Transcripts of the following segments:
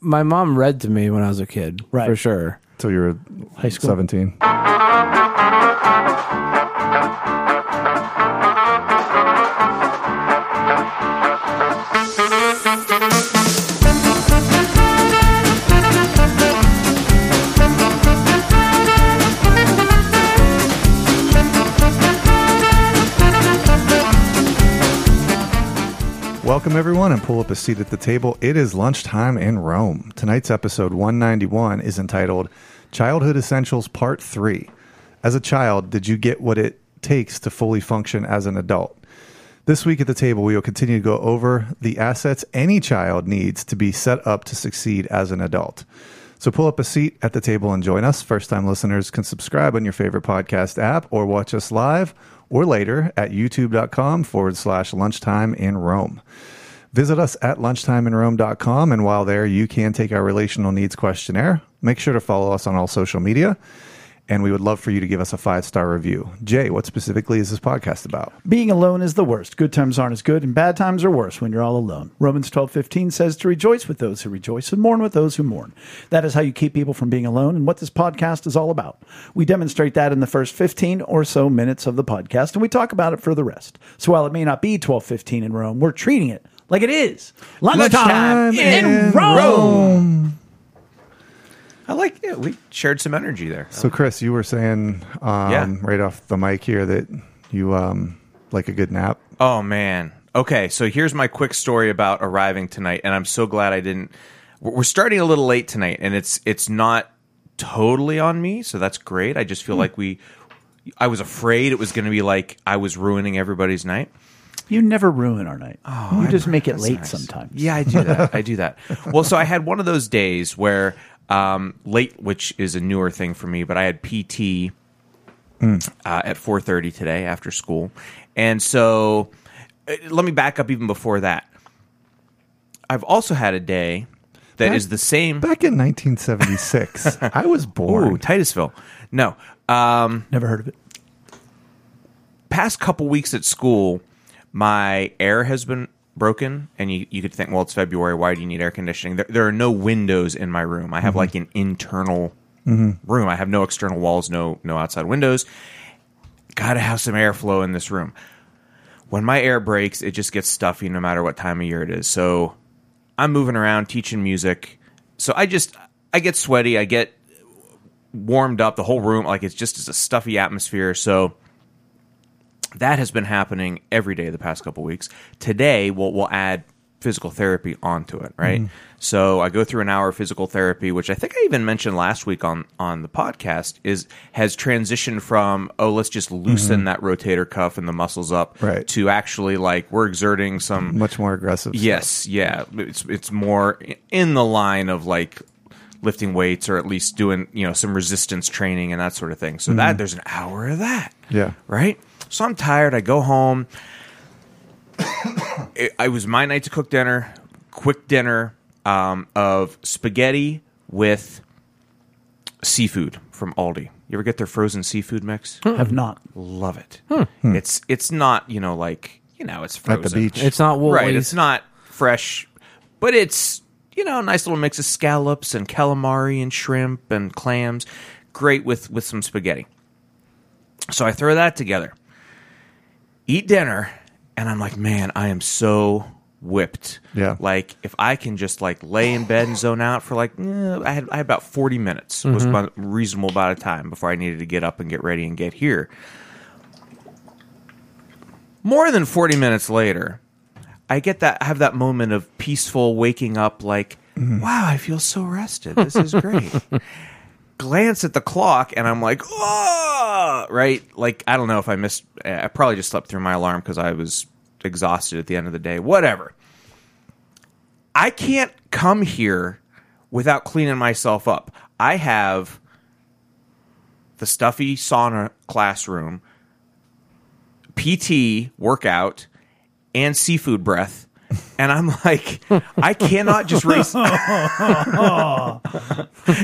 my mom read to me when I was a kid, Right. for sure. Till you're High school. 17. Welcome, everyone, and pull up a seat at the table. It is lunchtime in Rome. Tonight's episode 191 is entitled Childhood Essentials Part 3. As a child, did you get what it takes to fully function as an adult? This week at the table, we will continue to go over the assets any child needs to be set up to succeed as an adult. So pull up a seat at the table and join us. First time listeners can subscribe on your favorite podcast app or watch us live or later at youtube.com forward slash lunchtime in Rome. Visit us at lunchtimeinrome.com. And while there, you can take our relational needs questionnaire. Make sure to follow us on all social media. And we would love for you to give us a five star review. Jay, what specifically is this podcast about? Being alone is the worst. Good times aren't as good, and bad times are worse when you're all alone. Romans twelve fifteen says to rejoice with those who rejoice and mourn with those who mourn. That is how you keep people from being alone and what this podcast is all about. We demonstrate that in the first 15 or so minutes of the podcast, and we talk about it for the rest. So while it may not be twelve fifteen in Rome, we're treating it like it is. Lunchtime, Lunchtime in, in Rome. I like it. We shared some energy there. So, Chris, you were saying um, Yeah. right off the mic here that you um, like a good nap. Oh man. Okay, so here's my quick story about arriving tonight, and I'm so glad I didn't. We're we're starting a little late tonight, and it's it's not totally on me, so that's great. I just feel like we. I was afraid it was going to be like I was ruining everybody's night. You never ruin our night. you just make it late sometimes. Yeah, I do that. I do that. Well, so I had one of those days where um, late, which is a newer thing for me, but I had PT uh, at 4:30 today after school, and so uh, let me back up even before that. I've also had a day that is Back- the same. Back in 1976, I was born. Ooh, Titusville. No, um, Never heard of it. past couple weeks at school, my air has been broken, and you, you could think, well, it's February. Why do you need air conditioning? There, there are no windows in my room. I have like an internal room. I have no external walls, no no outside windows. Got to have some airflow in this room. When my air breaks, it just gets stuffy no matter what time of year it is. So I'm moving around teaching music. So I just I get sweaty. I get warmed up the whole room like it's just it's a stuffy atmosphere. So that has been happening every day the past couple weeks. Today, we'll, we'll add physical therapy onto it, right? So I go through an hour of physical therapy, which I think I even mentioned last week on on the podcast, is has transitioned from oh, let's just loosen that rotator cuff and the muscles up, Right. to actually like we're exerting some Much more aggressive. Yes, yeah. It's it's more in the line of like lifting weights or at least doing, you know, some resistance training and that sort of thing. So that there's an hour of that. Yeah. Right? So I'm tired, I go home. it, I was my night to cook dinner, quick dinner um, of spaghetti with seafood from Aldi. You ever get their frozen seafood mix? Have not. Love it. It's it's not, you know, like, you know, it's Hmm. At frozen. the beach. It's not Woolies. Right, it's not fresh, but it's you know a nice little mix of scallops and calamari and shrimp and clams. Great with with some spaghetti. So I throw that together. Eat dinner, and I'm like, man, I am so whipped. Yeah. Like if I can just like lay in bed and zone out for like, eh, I had I had about 40 minutes was about reasonable amount of time before I needed to get up and get ready and get here. More than 40 minutes later, I get that I have that moment of peaceful waking up like wow I feel so rested this is great glance at the clock and I'm like oh right like I don't know if I missed I probably just slept through my alarm cuz I was exhausted at the end of the day whatever I can't come here without cleaning myself up I have the stuffy sauna classroom PT workout and seafood breath. And I'm like, I cannot just race,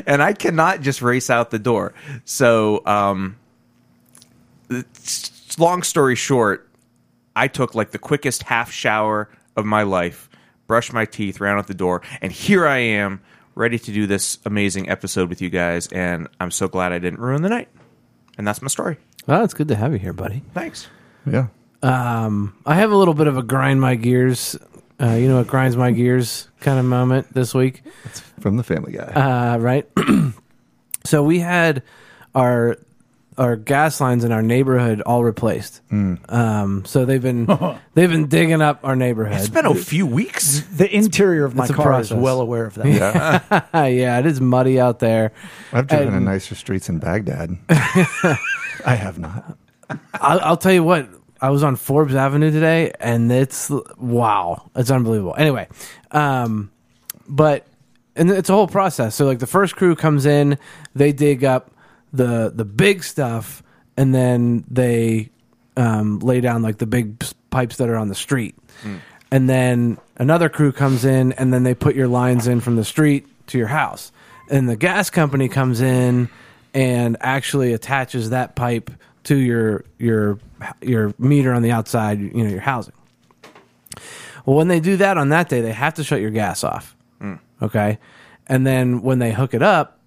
and I cannot just race out the door. So, um, it's- long story short, I took like the quickest half shower of my life, brushed my teeth, ran out the door, and here I am ready to do this amazing episode with you guys, and I'm so glad I didn't ruin the night. And that's my story. Well, Oh, it's good to have you here, buddy. Thanks. Yeah. I have a little bit of a grind my gears, uh, you know, it grinds my gears kind of moment this week. From the Family Guy. uh, right? so we had our our gas lines in our neighborhood all replaced. Hmm. Um, so they've been they've been digging up our neighborhood. It's been a few weeks. The interior of my It's a car process. is well aware of that. yeah, it is muddy out there. I've driven um, and- in nicer streets in Baghdad. I have not. I'll, I'll tell you what. I was on Forbes Avenue today, and it's wow, it's unbelievable. Anyway, um, but and it's a whole process. So like the first crew comes in, they dig up the the big stuff, and then they um, lay down like the big p- pipes that are on the street, and then another crew comes in, and then they put your lines in from the street to your house, and the gas company comes in and actually attaches that pipe to your your your meter on the outside, you know, your housing. Well, when they do that on that day, they have to shut your gas off. Okay. And then when they hook it up,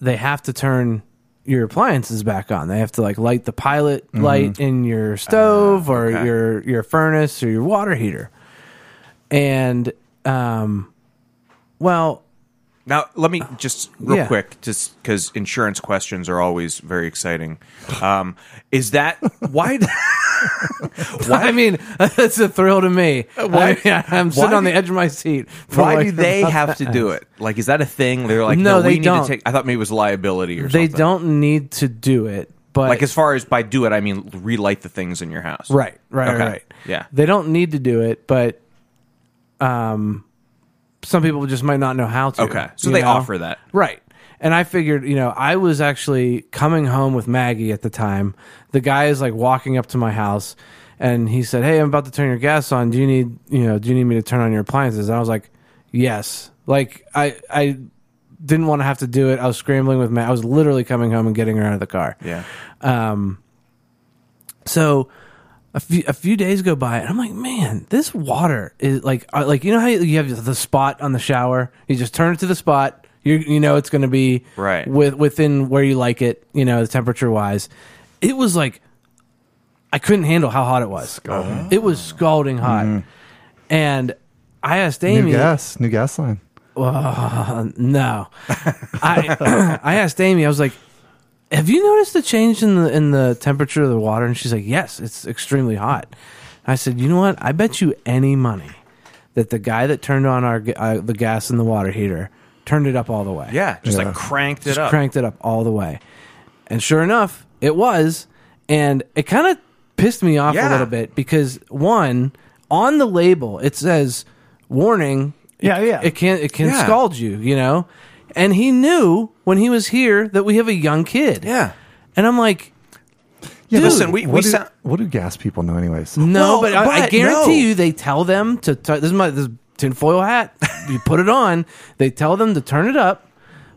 they have to turn your appliances back on. They have to like light the pilot light in your stove or Mm-hmm. Ah, okay. your your furnace or your water heater. And um well, Now, let me just real Yeah. quick, just because insurance questions are always very exciting. Um, is that why? I mean, that's a thrill to me. Uh, Why- I am sitting why on the do- edge of my seat. for Why do like- they have to do it? Like, is that a thing? They're like, No, no, they we need don't. to take. I thought maybe it was liability or They something. don't need to do it, but Like, as far as by do it, I mean relight the things in your house. Right, right, Okay. right. Yeah. They don't need to do it, but um some people just might not know how to. Okay. So you they know? offer that. Right. And I figured, you know, I was actually coming home with Maggie at the time. The guy is like walking up to my house and he said, "Hey, I'm about to turn your gas on. Do you need, you know, do you need me to turn on your appliances?" And I was like, "Yes." Like I I didn't want to have to do it. I was scrambling with Maggie. I was literally coming home and getting her out of the car. Yeah. So a few a few days go by, and I'm like, man, this water is like uh, like you know how you you have the spot on the shower, you just turn it to the spot. You you know it's going to be Right. with within where you like it. You know the temperature wise, it was like I couldn't handle how hot it was. It was scalding hot, and I asked New Amy. gas, new gas line. No, I I asked Amy. I was like, "Have you noticed the change in the in the temperature of the water?" And she's like, "Yes, it's extremely hot." I said, "You know what? I bet you any money that the guy that turned on our ga- uh, the gas in the water heater turned it up all the way. Yeah. Just Yeah. like cranked it just up. cranked it up all the way." And sure enough, it was, and it kind of pissed me off a Yeah. little bit because one on the label it says warning Yeah, yeah. it can it can Yeah. scald you, you know. And he knew when he was here that we have a young kid. Yeah. And I'm like, Yeah, Dude, listen, we- what we do, sound- what do gas people know, anyways? no, Well, but, I, I but guarantee no. you they tell them to tu- this is my this tinfoil hat. you put it on, they tell them to turn it up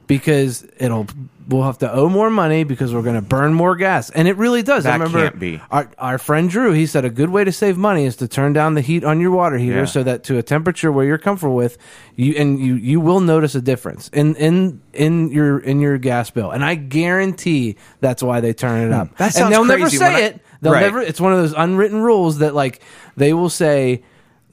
because it'll we'll have to owe more money because we're going to burn more gas. And it really does. I That remember can't be. our our friend Drew, he said a good way to save money is to turn down the heat on your water heater Yeah. so that to a temperature where you're comfortable with, you and you you will notice a difference in in in your in your gas bill. And I guarantee that's why they turn it up. Hmm. That and sounds they'll never crazy say when I- it. They'll Right. never it's one of those unwritten rules that like they will say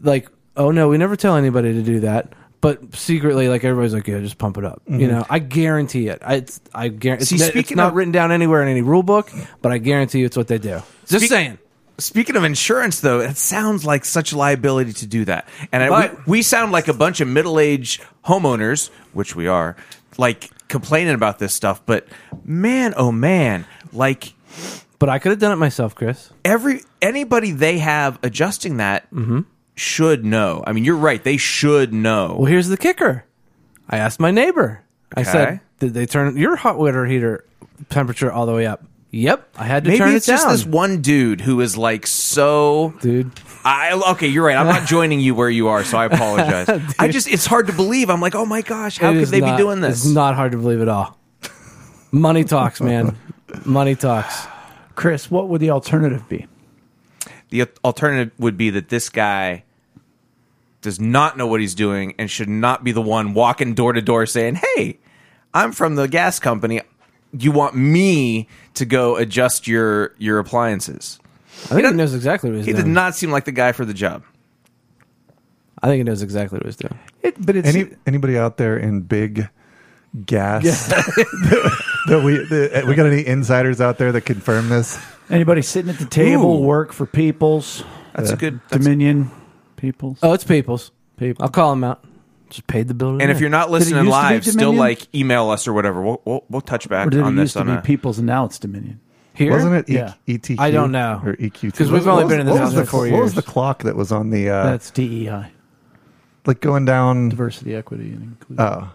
like oh no we never tell anybody to do that but secretly like everybody's like yeah just pump it up you know i guarantee it i it's, i guarantee Mhm. See, it's, it's speaking not of- written down anywhere in any rule book but i guarantee you it's what they do just Speak- saying Speaking of insurance, though, it sounds like such liability to do that, and I, we, But- we sound like a bunch of middle-aged homeowners, which we are, like complaining about this stuff. But man, oh man, like but i could have done it myself chris every anybody they have adjusting that Mm-hmm. should know. I mean, you're right; they should know. well here's the kicker i asked my neighbor i Okay. said did they turn your hot water heater temperature all the way up yep i had to Maybe turn it's it just down this one dude who is like so. dude I okay, you're right. I'm not joining you where you are, so I apologize. I just it's hard to believe. I'm like, oh my gosh, how It could is they not- be doing this? It's not hard to believe at all. Money talks, man. Money talks. Chris, what would the alternative be? the alternative would be that this guy does not know what he's doing and should not be the one walking door to door saying, "Hey, I'm from the gas company. You want me to go adjust your your appliances?" I think he knows exactly what he's He doing. did not seem like the guy for the job. I think he knows exactly what he's doing. It, but it's Any anybody out there in big gas? that we that uh, we got any insiders out there that confirm this? anybody sitting at the table Ooh. work for peoples, Uh, That's a good. That's Dominion peoples. Oh, it's people's. People. I'll call him out. Just paid the bill. And if you're not Did it listening used to be live, still Dominion? like email us or whatever. We'll we'll, we'll touch Or back did it on used this to on be a, peoples and now it's Dominion? here, Wasn't it e- Yeah. ETQ? I don't know. Or EQT. 'Cause we've What only was- been in what this was house the for four cl- What was the years. clock that was on the uh, That's DEI, like going down diversity, equity, and inclusion. oh, I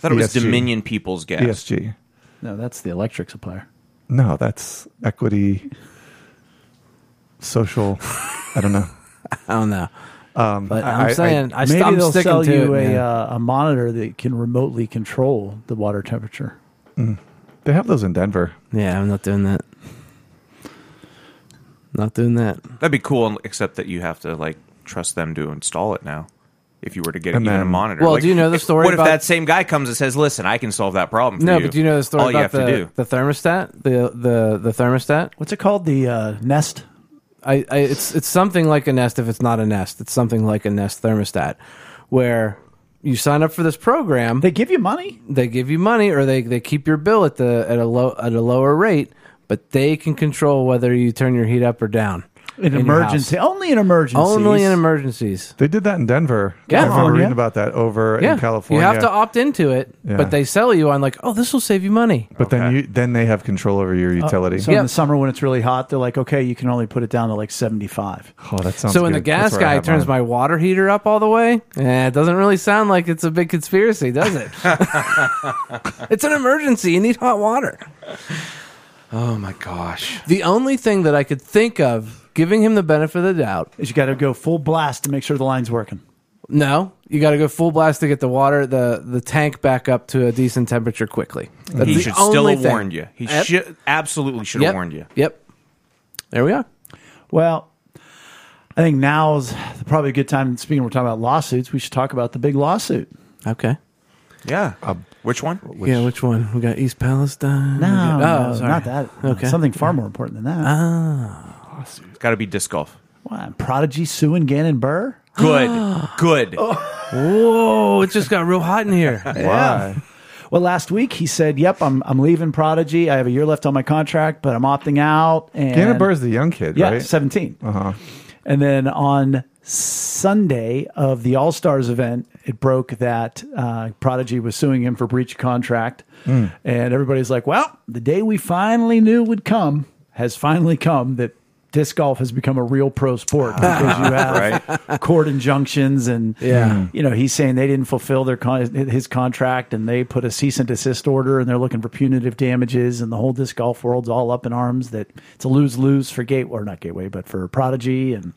thought it was ESG. Dominion People's Gas. ESG? no, that's the electric supplier. E No, that's equity, social. I don't know. Um, I don't know. but I- I'm I- saying I, Maybe am they'll sticking sell to you it. a, man. uh, a monitor that can remotely control the water temperature. They have those in Denver. yeah, I'm not doing that. Not doing that. That'd be cool, except that you have to like trust them to install it now. If you were to get And even a then- monitor, Well, Like, do you know the if- story What about- if that same guy comes and says, "Listen, I can solve that problem for No, you." but do you know the story All you about have to do. the, the thermostat? The the the thermostat? What's it called? The uh, Nest. I, I it's it's something like a nest if it's not a nest. It's something like a nest thermostat where you sign up for this program, They they, give you money. give you money or they, they keep your bill at the at a low at a lower rate, but they can control whether you turn your heat up or down. in An your emergency. house. Only an emergency. Only in emergencies. They did that in Denver. Yeah. I remember California. reading about that over Yeah. in California. You have to opt into it, Yeah. but they sell you on like, "Oh, this will save you money." but then Okay. you then they have control over your utility. Uh, So in Yep. the summer when it's really hot, they're like, okay, you can only put it down to like seventy-five. oh, that sounds so when good. the gas That's where I guy have turns mine. my water heater up all the way, eh, it doesn't really sound like it's a big conspiracy, does it? it's an emergency. You need hot water. Oh my gosh! The only thing that I could think of giving him the benefit of the doubt. Is you got to go full blast to make sure the line's working. No, you got to go full blast to get the water, the the tank back up to a decent temperature quickly. That's he the should still only have thing. warned you. He Yep. should absolutely should have Yep. warned you. Yep. There we are. Well, I think now's probably a good time. Speaking, we're talking about lawsuits. We should talk about the big lawsuit. Okay. Yeah. Which one? yeah, which one? We got East Palestine. No, We got- no, oh, sorry. not that. Okay. Something far more important than that. It's got to be disc golf. Wow, Prodigy suing Gannon Burr. Good. Good. Oh. Whoa! It just got real hot in here. Why? Well, last week he said, "Yep, I'm I'm leaving Prodigy. I have a year left on my contract, but I'm opting out." And Gannon Burr's the young kid, yeah, right? 17. Uh-huh. And then on Sunday of the All Stars event, it broke that uh, Prodigy was suing him for breach of contract, and everybody's like, "Well, the day we finally knew would come has finally come." That disc golf has become a real pro sport because you have court injunctions and Yeah. you know, he's saying they didn't fulfill their con- his contract and they put a cease and desist order and they're looking for punitive damages and the whole disc golf world's all up in arms that it's a lose lose for Gateway or not Gateway but for Prodigy and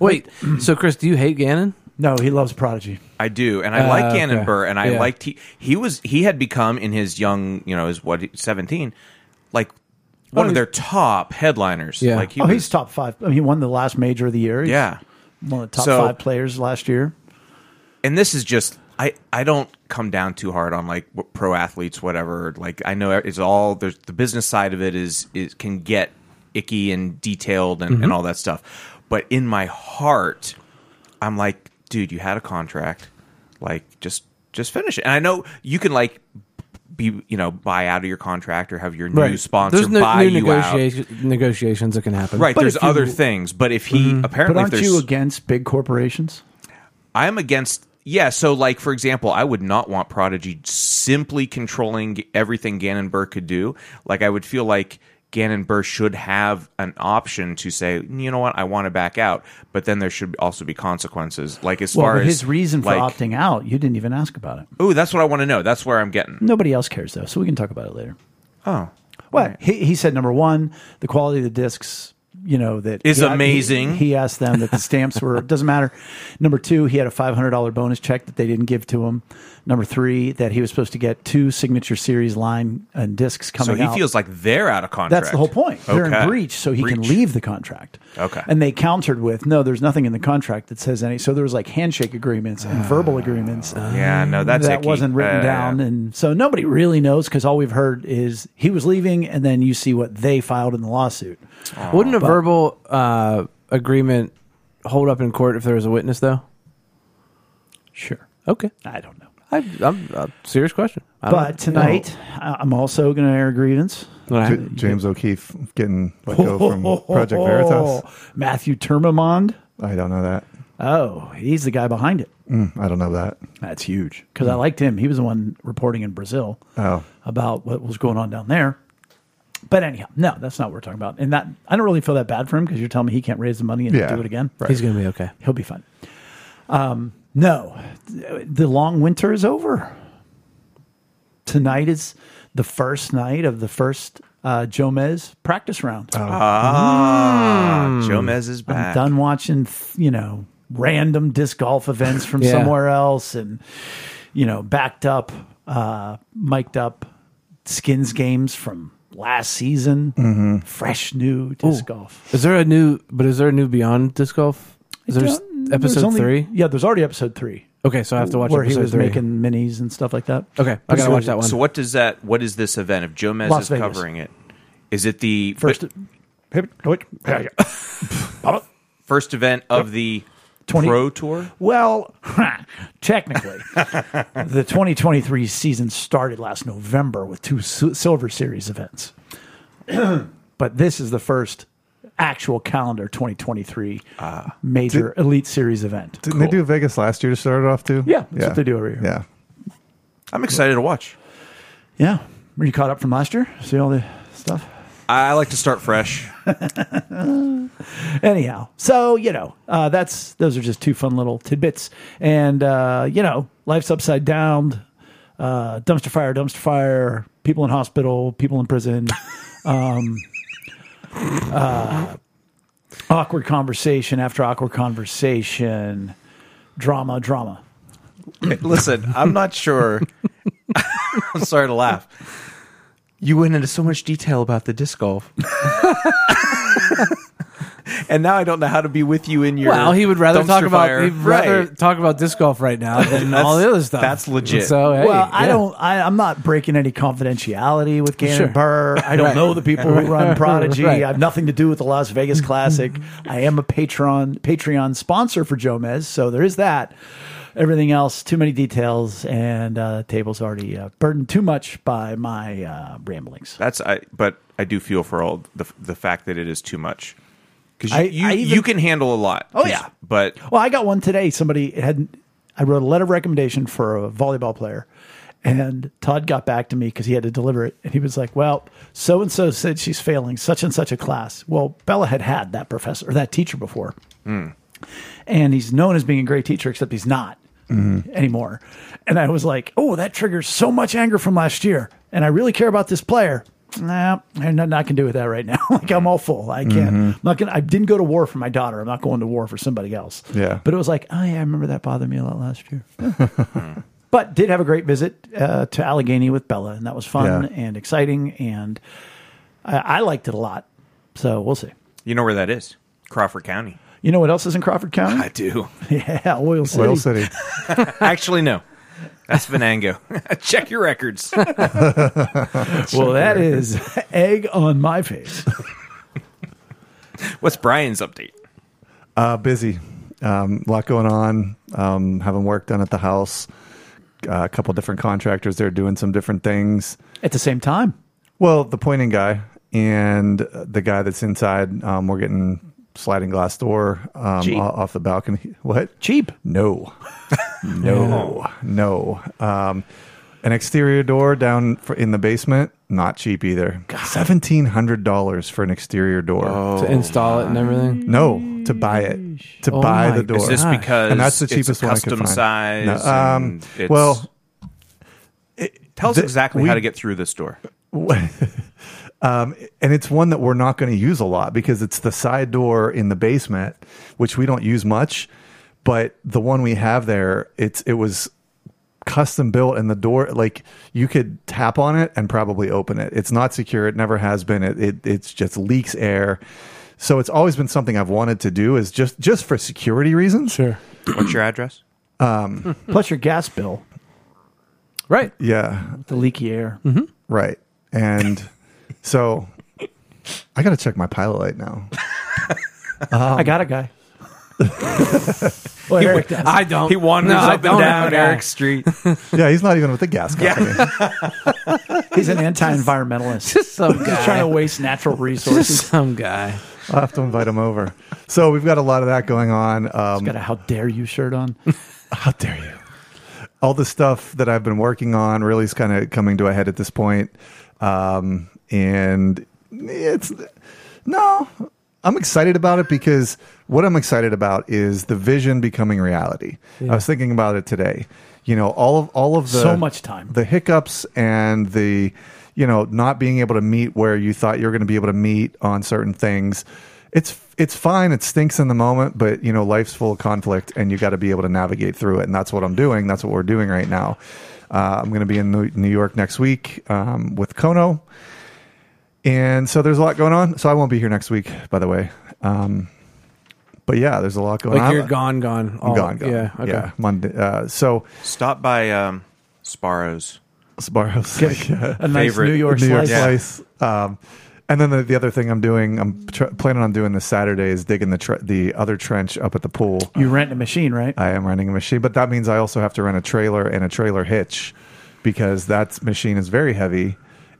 Wait. So, Chris, do you hate Gannon? no, he loves Prodigy. I do, and I like Ah, okay. Gannon Burr, and I Yeah. liked he he was he had become in his young you know his what seventeen, like one Oh, he's- of their top headliners. Yeah. Like he oh, was, he's top five. I mean, he won the last major of the year. He's yeah. one of the top So- five players last year. And this is just I I don't come down too hard on like what, pro athletes whatever. Like I know it's all there's the business side of it is is can get icky and detailed and, Mm-hmm. and all that stuff, but in my heart, I'm like, dude, you had a contract, like just just finish it. And I know you can like be you know buy out of your contract or have your new sponsor There's no, buy new you out. negotiati- negotiations that can happen. Right, But there's if you- Mm-hmm. other things, but if he But apparently if aren't there's you against big corporations? I'm against yeah, so like for example, I would not want Prodigy simply controlling everything Gannon Burr could do. Like I would feel like Gannon Burr should have an option to say, you know what, I want to back out, but then there should also be consequences. Like as Well, far but as his reason for like, opting out, you didn't even ask about it. Ooh, that's what I want to know. That's where I'm getting. Nobody else cares though, so we can talk about it later. Oh. Well, he, he said number one, the quality of the discs you know that Is he- he- amazing. He, asked them that the stamps were doesn't matter. Number two, he had a five hundred dollar bonus check that they didn't give to him. Number three, that he was supposed to get two signature series line and discs So coming. he out. feels like they're out of contract. That's the whole point. They're Okay. in breach, so he can Breach. leave the contract. Okay. And they countered with, no, there's nothing in the contract that says any. So there was like handshake agreements and verbal agreements. Ah, Yeah, no, that's that icky. wasn't written Uh, down, and so nobody really knows because all we've heard is he was leaving, and then you see what they filed in the lawsuit. Wouldn't a verbal uh, agreement hold up in court if there was a witness, though? Sure, Okay, I don't know. I, I'm a serious question. I don't know. But tonight, I I'm also going to air a grievance. What J- happened? James O'Keefe getting let go from Project Veritas. Matthew Termamond. I don't know that. Oh, he's the guy behind it. Mm, I don't know that. That's huge because I liked him. He was the one reporting in Brazil Oh. about what was going on down there. But anyhow, no, that's not what we're talking about. And that I don't really feel that bad for him because you're telling me he can't raise the money and Yeah. do it again. Right. He's going to be okay. He'll be fine. Um, no, the long winter is over. Tonight is the first night of the first uh, Jomez practice round. Oh, Ah, Jomez is Mm. I'm back. done watching, th- you know, random disc golf events from Yeah. somewhere else and, you know, backed up, uh, mic'd up skins games from last season. Mm-hmm. Fresh new disc golf. Is there a new? But is there a new Beyond disc golf? Is there s- Don't- there's episode only- three? Yeah, there's already episode three. Okay, so I have to watch where episode he was three. making minis and stuff like that. okay, I gotta watch that one. So what does that? What is this event? If Jomez Las is Vegas. covering it, is it the First, Uh, but- Oh, first event of the 20 Pro Tour? well, technically, the 2023 season started last November with two Sil- Silver Series events, but this is the first actual calendar 2023 Ah. major Elite Series event. Didn't they do Vegas last year to start it off too? Yeah, that's what they do every year. Yeah. I'm excited to watch. Yeah, were you caught up from last year? See all the stuff. I like to start fresh. Anyhow, so you know, uh, that's those are just two fun little tidbits, and uh, you know, life's upside down. Uh, dumpster fire, dumpster fire. People in hospital, people in prison. Um, uh, awkward conversation after awkward conversation. Drama, drama. Listen, I'm not sure. I'm sorry to laugh. You went into so much detail about the disc golf. and now I don't know how to be with you in your. Well, he would rather dumpster talk about fire. he'd rather Right. talk about disc golf right now than That's- all the other stuff. that's legit. So Oh, hey, well, I yeah. don't. I, I'm not breaking any confidentiality with Gannon Sure. Burr. I don't Right. know the people who run Prodigy. Right. I have nothing to do with the Las Vegas Classic. I am a Patreon Patreon sponsor for Jomez, so there is that. Everything else, too many details, and uh, table's already uh, burdened too much by my uh, ramblings. That's I, but I do feel for all the the fact that it is too much because you I- you, I even- you can handle a lot. Oh, yeah. but Well, I got one today. Somebody had I wrote a letter of recommendation for a volleyball player, and Todd got back to me because he had to deliver it, and he was like, "Well, so and so said she's failing such and such a class." Well, Bella had had that professor or that teacher before, and he's known as being a great teacher, except he's not anymore. And I was like, "Oh, that triggers so much anger from last year," and I really care about this player. Nah, I'm not, not gonna do with that right now. like I'm all full. I can't. Mm-hmm. I'm not gonna. I didn't go to war for my daughter. I'm not going to war for somebody else. Yeah. But it was like, oh yeah, I remember that bothered me a lot last year. but did have a great visit uh, to Allegheny with Bella, and that was fun Yeah. and exciting, and I, I liked it a lot. So we'll see. you know where that is, Crawford County. You know what else is in Crawford County? do yeah, Oil City. Oil City. actually no. That's Venango. Check your records. Well, that is egg on my face. What's Brian's update? Uh, busy. Um, a lot going on. Um, having work done at the house. Uh, a couple different contractors there doing some different things. At the same time, Well, the pointing guy and uh, the guy that's inside. Um, we're getting sliding glass door um, Gee. o- off the balcony. What? cheap. No, no, no. Um, an exterior door down for, in the basement, not cheap either. Seventeen hundred dollars for an exterior door. Oh. to install it and Mm. everything. No, to buy it, to Oh buy my the door. Is this Gosh. because and that's the it's a cheapest one I could custom find. size? No, um, and it's- well, tell us th- exactly we- how to get through this door. Um, and it's one that we're not going to use a lot because it's the side door in the basement, which we don't use much. But the one we have there, it's it was custom built and the door like you could tap on it and probably open it it's not secure it never has been it, it it's just leaks air so it's always been something i've wanted to do is just just for security reasons Sure. What's your address? Plus your gas bill, Right. yeah the leaky air. Mm-hmm. right and so i gotta check my pilot light now I got a guy. well, Eric does. I don't. He wanders No, I up and don't have down a guy. Eric Street. yeah he's not even with the gas company He's an anti-environmentalist. Just some He's trying guy. to waste natural Just resources. some guy. i'll have to invite him over so we've got a lot of that going on um, Got a "How dare you" shirt on. How dare you? All the stuff that I've been working on really is kind of coming to a head at this point. Um, and it's no, I'm excited about it because what I'm excited about is the vision becoming reality. I was thinking about it today. You know, all of all of the So much time. the hiccups and the you know not being able to meet where you thought you were going to be able to meet on certain things it's it's fine it stinks in the moment but you know life's full of conflict and you got to be able to navigate through it and that's what i'm doing that's what we're doing right now uh, i'm going to be in new New york next week um, with kono and so there's a lot going on so i won't be here next week by the way um, but yeah there's a lot going Like on you're gone, gone. I'm all- gone, gone. Yeah. Okay. yeah monday uh, so Stop by um, Sparrow's. sparrows like, uh, A nice Favorite New York New York slice. slice. Um, and then the, the other thing I'm doing, I'm tr- planning on doing this Saturday is digging the tre- the other trench up at the pool. You rent a machine, right? I am renting a machine, but that means I also have to rent a trailer and a trailer hitch because that machine is very heavy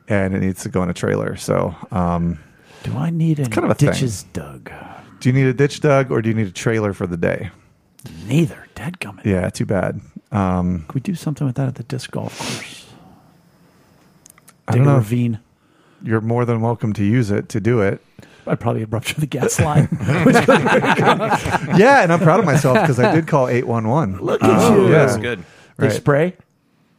and it needs to go in a trailer. So, um, Do I need any kind of a thing. ditches dug? do you need a ditch dug or do you need a trailer for the day? Neither. Dadgummit. Yeah, too bad. Um, Could we do something with that at the disc golf course? I Dig don't a know. if ravine. You're more than welcome to use it to do it. I'd probably rupture the gas line. Yeah, and I'm proud of myself because I did call eight one one. Look at you. Oh, Yeah. Oh, That's good. They Right. spray.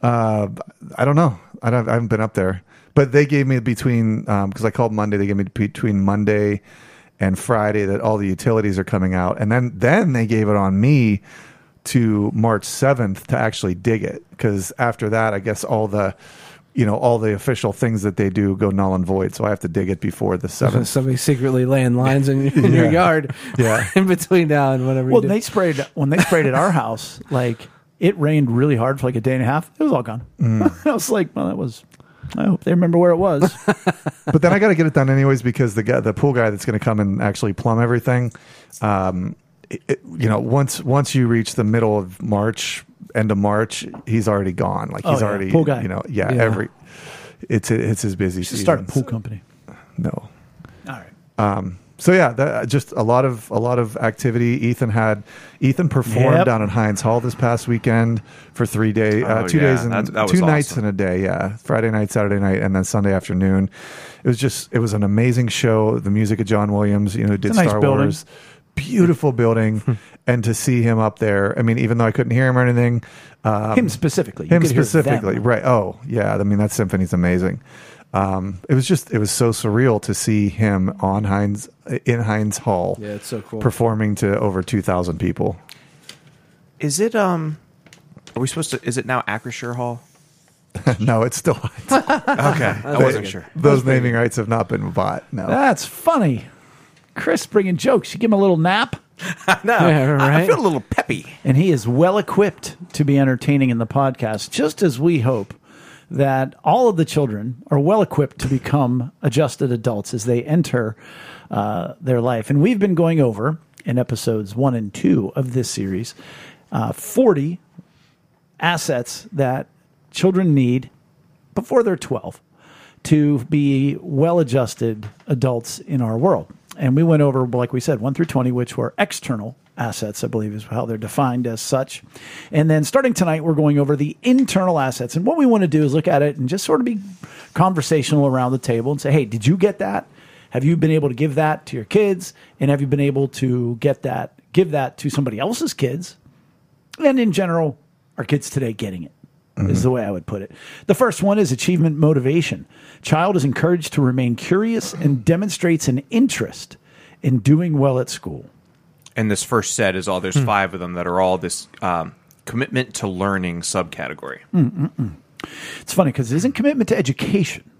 Uh, I don't know. I, don't, I haven't been up there, but they gave me between because I called Monday. They gave me between Monday and Friday that all the utilities are coming out, and then then they gave it on me to March seventh to actually dig it because after that, I guess all the you know all the official things that they do go null and void. So I have to dig it before the seventh. Somebody secretly laying lines in, in your Yeah. yard. Yeah. in between now and whatever. Well, you do. they sprayed when they sprayed at our house. Like it rained really hard for like a day and a half. It was all gone. Mm. I was like, well, that was. I hope they remember where it was. but then I got to get it done anyways because the guy, the pool guy that's going to come and actually plumb everything, um, it, it- you know, once once you reach the middle of March, end of March, he's already gone. Like Oh, he's yeah. already Pool guy. You know, yeah, Yeah. every it's it's his busy Should season. start a pool company. No. All right. So yeah, that, uh, just a lot of a lot of activity. Ethan had Ethan performed Yep. down at Heinz Hall this past weekend for three days, uh, Oh, two yeah, days and that- that was two nights awesome. in a day. Yeah, Friday night, Saturday night, and then Sunday afternoon. It was just it was an amazing show. The music of John Williams, you know, who did a nice Star building. Wars, beautiful building, and to see him up there. I mean, even though I couldn't hear him or anything, um, him specifically. You him could hear them. specifically right oh yeah i mean that symphony's amazing um it was just it was so surreal to see him on heinz in heinz hall Yeah, it's so cool. performing to over 2000 people Is it um? Are we supposed to? Is it now Acrisure Hall? no it's still Okay, I wasn't sure. those naming rights have not been bought no That's funny. Chris bringing jokes. You give him a little nap, no, Yeah, I, I right. feel a little peppy. and he is well equipped to be entertaining in the podcast, just as we hope that all of the children are well equipped to become adjusted adults as they enter uh, their life. And we've been going over in episodes one and two of this series uh, 40 assets that children need before they're 12 to be well adjusted adults in our world. And we went over, like we said, 1 through 20, which were external assets, I believe is how they're defined as such. And then starting tonight, we're going over the internal assets. And what we want to do is look at it and just sort of be conversational around the table and say, hey, did you get that? Have you been able to give that to your kids? And have you been able to get that, give that to somebody else's kids? and in general, are kids today getting it? is the way I would put it. The first one is achievement motivation. Child is encouraged to remain curious and demonstrates an interest in doing well at school. And this first set is all there's Hmm. five of them that are all this um, commitment to learning subcategory. Hmm. It's funny because it isn't commitment to education.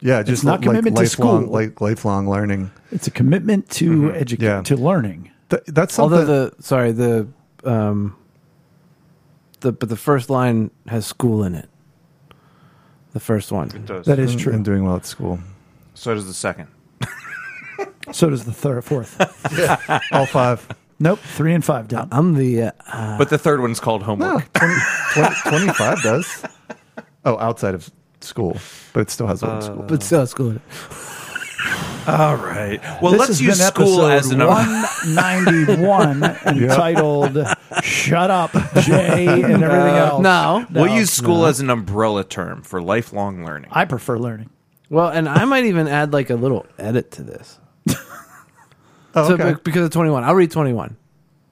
Yeah, just not like commitment to lifelong, school. like lifelong learning. It's a commitment to educa- Yeah. to learning. Th- that's something. Although the sorry the um the but the first line has school in it. The first one. and- That is and true. doing well at school. so does the second. So does the third, fourth. All five. nope, three and five down. I'm the uh, uh, but the third one's called homework. No, 20, 20 25 does. Oh, outside of school, but it still has the Uh, word school. Oh. but still school in it. All right. Well, This let's has use been school episode as um, the number. 191 entitled Shut Up, Jay, and everything else. Uh, No. We'll use school as an umbrella term for lifelong learning. I prefer learning. Well, and I might even add like a little edit to this. Oh, So okay. be- because of 21. I'll read 21.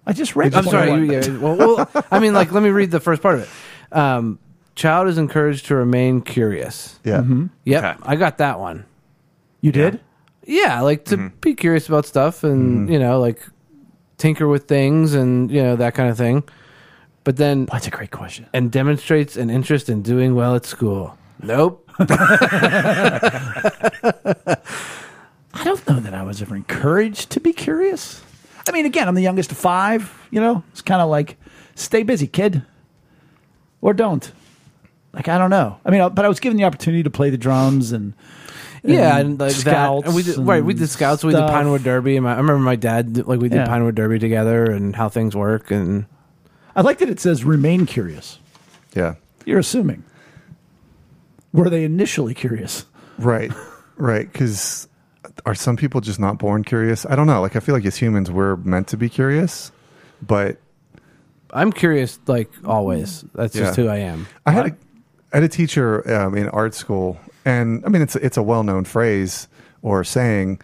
I just read I'm sorry. 21. You, yeah, well, well, I mean, like, let me read the first part of it. Um, child is encouraged to remain curious. Yeah. mm-hmm. Yep, Okay. I got that one. You did? Yeah, like to be curious about stuff and you know, like tinker with things and you know that kind of thing. But then That's a great question. and demonstrates an interest in doing well at school. Nope. I don't know that I was ever encouraged to be curious. I mean, again, I'm the youngest of five. You know, it's kind of like stay busy, kid, or don't. Like I don't know. I mean, I- but I was given the opportunity to play the drums and, yeah, and like scouts that. And we did, right, we did scouts. We did stuff. Pinewood Derby. And my, I remember my dad did- like we did Yeah. Pinewood Derby together and how things work. And I like that it says remain curious. Yeah. You're assuming. Were they initially curious? Right. Right. Because are some people just not born curious? I don't know. Like, I feel like as humans, we're meant to be curious, but I'm curious, like always. That's just Yeah. who I am. I had a, I had a teacher um, in art school, and I mean it's it's a well known phrase or saying,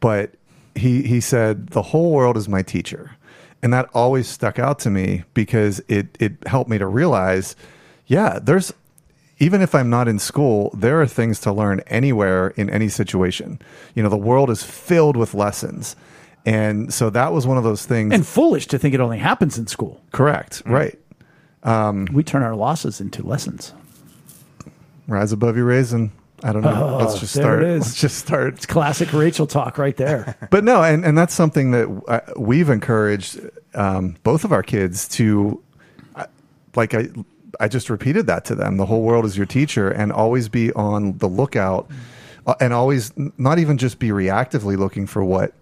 but he he said the whole world is my teacher, and that always stuck out to me because it it helped me to realize, yeah, there's even if I'm not in school, there are things to learn anywhere in any situation. You know, the world is filled with lessons. And so that was one of those things. And Mm. foolish to think it only happens in school. correct. Right. We turn our losses into lessons. Rise above your raisin. I don't know. let's just Oh, there start. it is. Let's just start. It's classic Rachel talk right there. but no, and, and that's something that uh, we've encouraged um, both of our kids to, I- like I, I just repeated that to them. The whole world is your teacher, and always be on the lookout, uh, and always n- not even just be reactively looking for what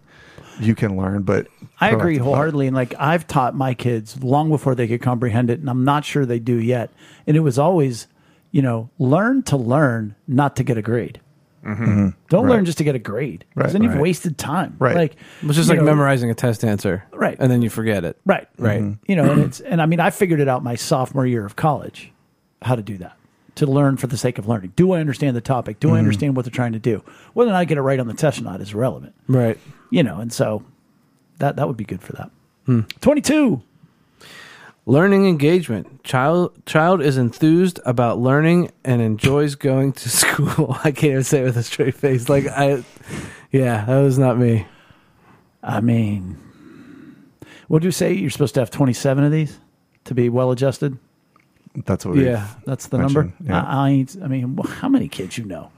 you can learn, but I agree proactive. wholeheartedly. And like I've taught my kids long before they could comprehend it, and I'm not sure they do yet. And it was always, you know, learn to learn, not to get a grade. Don't learn just to get a grade. Because Mm-hmm. Right. then you've Right. wasted time. Right. Like It's just you like know, memorizing a test answer, Right. And then you forget it, Right. Mm-hmm. Right. You know, and it's and I mean I figured it out my sophomore year of college how to do that. To learn for the sake of learning. Do I understand the topic? Do Mm-hmm. I understand what they're trying to do? Whether or not I get it right on the test or not is irrelevant. Right. You know, and so that that would be good for that. Hmm. Twenty two. Learning engagement. Child child is enthused about learning and enjoys going to school. I can't even say it with a straight face. Like I, yeah, that was not me. I mean, what do you say? You're supposed to have 27 of these to be well adjusted. That's what. we Yeah. That's the Mention, number. yeah. I, I, ain't- I mean, wh- how many kids you know?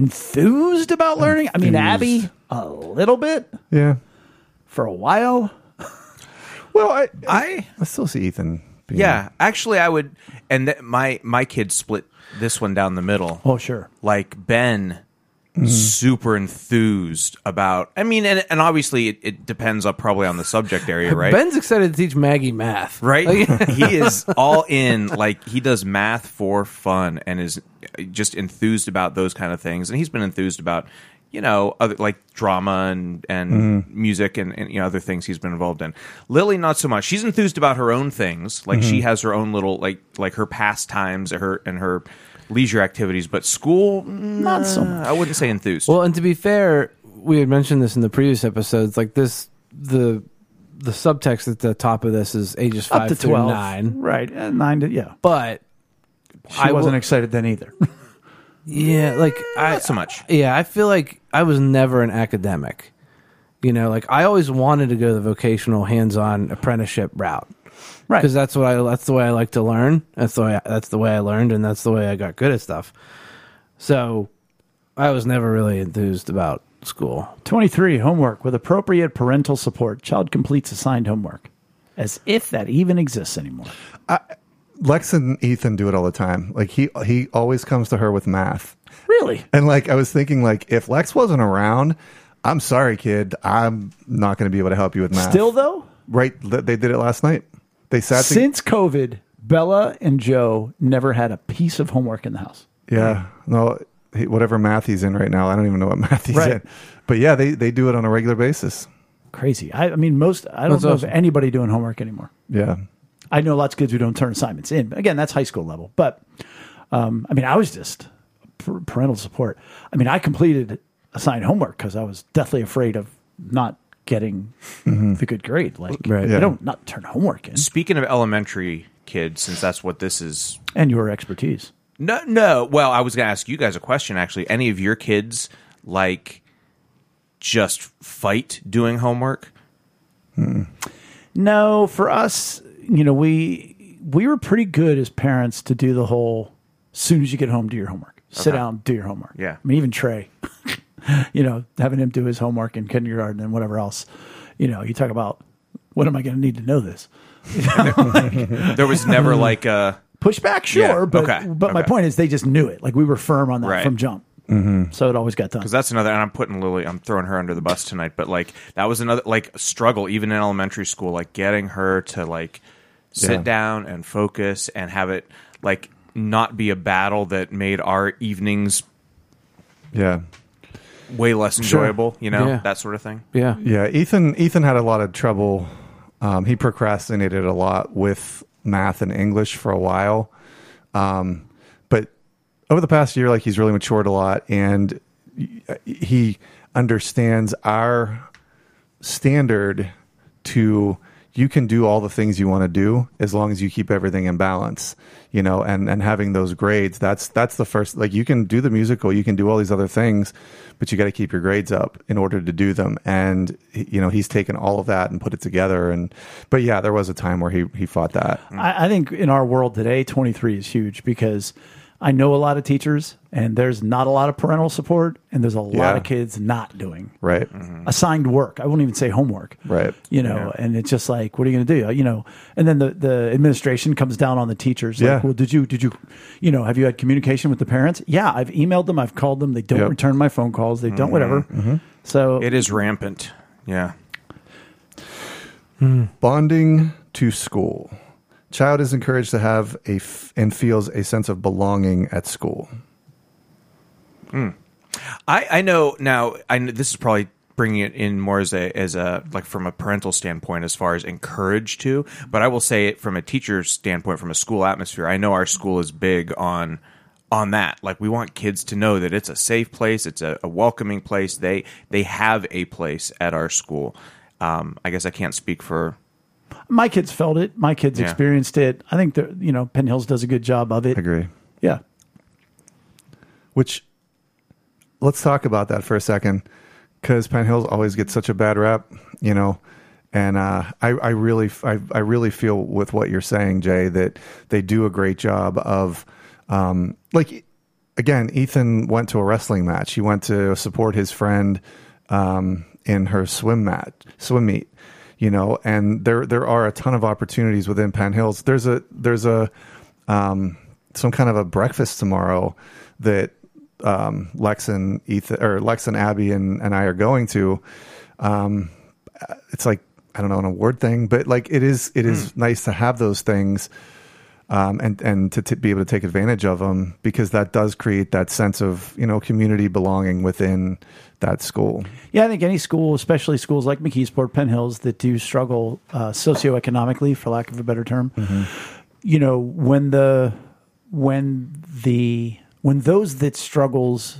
Enthused about learning? I mean, Abby, a little bit Yeah. for a while. Well, I, I I still see Ethan. Being, yeah, actually, I would. And th- my my kids split this one down the middle. Oh, Hmm. sure. like Ben super enthused about I mean and, and obviously it, it depends on probably on the subject area, right? Ben's excited to teach Maggie math. Oh, right? Like- he is all in like he does math for fun and is uh, just enthused about those kind of things and he's been enthused about you know other like drama and and Mm-hmm. music and, and you know other things he's been involved in lily not so much she's enthused about her own things like Mm-hmm. she has her own little like like her pastimes and her and her leisure activities but school Not so uh, much. i wouldn't say enthused Well, and to be fair, we had mentioned this in the previous episodes. Like this, the the subtext at the top of this is ages Up five to through 12. nine. Right. uh, nine to, yeah. But She I will- wasn't excited then either. Yeah, like I Not so much. Yeah, I feel like I was never an academic. You know, like I always wanted to go the vocational hands-on apprenticeship route. Right. Because that's what I that's the way I like to learn. That's the way that's the way I learned and that's the way I got good at stuff. So I was never really enthused about school. 23. Homework. With appropriate parental support, child completes assigned homework. As if that even exists anymore. Lex and Ethan do it all the time. Like he he always comes to her with math. Really? And like I was thinking like if Lex wasn't around, I'm sorry kid, I'm not going to be able to help you with math. Still, though, right th- they did it last night. They sat to- since COVID, Bella and Joe never had a piece of homework in the house. Yeah. No, he, whatever math he's in right now, I don't even know what math he's Right. in. But yeah, they, they do it on a regular basis. Crazy. I, I mean, most, I don't That's know awesome. of anybody doing homework anymore. Yeah. I know lots of kids who don't turn assignments in. But again, that's high school level. But um, I mean, I was just par- parental support. I mean, I completed assigned homework because I was deathly afraid of not getting the good grade. Like, Mm-hmm. Right. you Yeah. don't not turn homework in. Speaking of elementary kids, since that's what this is. And your expertise. No, no. Well, I was going to ask you guys a question. Actually, any of your kids like just fight doing homework? No, for us, you know, we we were pretty good as parents to do the whole. Soon as you get home, do your homework. Sit Okay. down, do your homework. Yeah. I mean, even Trey, you know, having him do his homework in kindergarten and whatever else, you know, you talk about what am I going to need to know this? There was never like uh, a Pushback, sure, Yeah, but okay, but my okay. point is they just knew it. Like we were firm on that Right. Mm-hmm. from jump, so it always got done. because that's another. And I'm putting Lily. I'm throwing her under the bus tonight. But like that was another like struggle even in elementary school. Like getting her to like sit Yeah. down and focus and have it like not be a battle that made our evenings Yeah. way less enjoyable. You know Yeah. that sort of thing. Yeah. Yeah. Ethan Ethan had a lot of trouble. Um, he procrastinated a lot with math and English for a while. Um, but over the past year, like he's really matured a lot and he understands our standard to you can do all the things you want to do as long as you keep everything in balance you know and and having those grades that's that's the first like you can do the musical you can do all these other things but you got to keep your grades up in order to do them and he- you know he's taken all of that and put it together and but yeah there was a time where he he fought that I, I think in our world today, 23 is huge because I know a lot of teachers and there's not a lot of parental support and there's a Yeah. lot of kids not doing right Mm-hmm. assigned work. I won't even say homework. Right. You know, and it's just like, what are you going to do? Uh, You know, and then the, the administration comes down on the teachers. Like, Yeah. well, did you, did you, you know, have you had communication with the parents? Yeah. I've emailed them. I've called them. They don't Yep. Mm-hmm. return my phone calls. They don't whatever. So It is rampant. Yeah. Bonding to school. Child is encouraged to have a f- and feels a sense of belonging at school. I, I know now. I know this is probably bringing it in more as a as a like from a parental standpoint as far as encouraged to, but I will say it from a teacher's standpoint, from a school atmosphere. I know our school is big on on that. Like we want kids to know that it's a safe place, it's a, a welcoming place. They they have a place at our school. Um, I guess I can't speak for my kids felt it. My kids Yeah. experienced it. I think that, you know, Penn Hills does a good job of it. Agree. Yeah. Which, let's talk about that for a second, because Penn Hills always gets such a bad rap, you know. And uh, I, I really, f- I, I really feel with what you're saying, Jay, that they do a great job of, um, like, again, Ethan went to a wrestling match. He went to support his friend um, in her swim mat, swim meet. You know, and there there are a ton of opportunities within Penn Hills. There's a there's a um, some kind of a breakfast tomorrow that um, Lex and Ethan or Lex and Abby and, and I are going to. Um, it's like I don't know an award thing, but like it is it is nice to have those things um, and and to t- be able to take advantage of them because that does create that sense of you know community belonging within that school. Yeah, I think any school, especially schools like McKeesport, Penn Hills, that do struggle uh, socioeconomically, for lack of a better term, Mm-hmm. you know, when the when the when those that struggles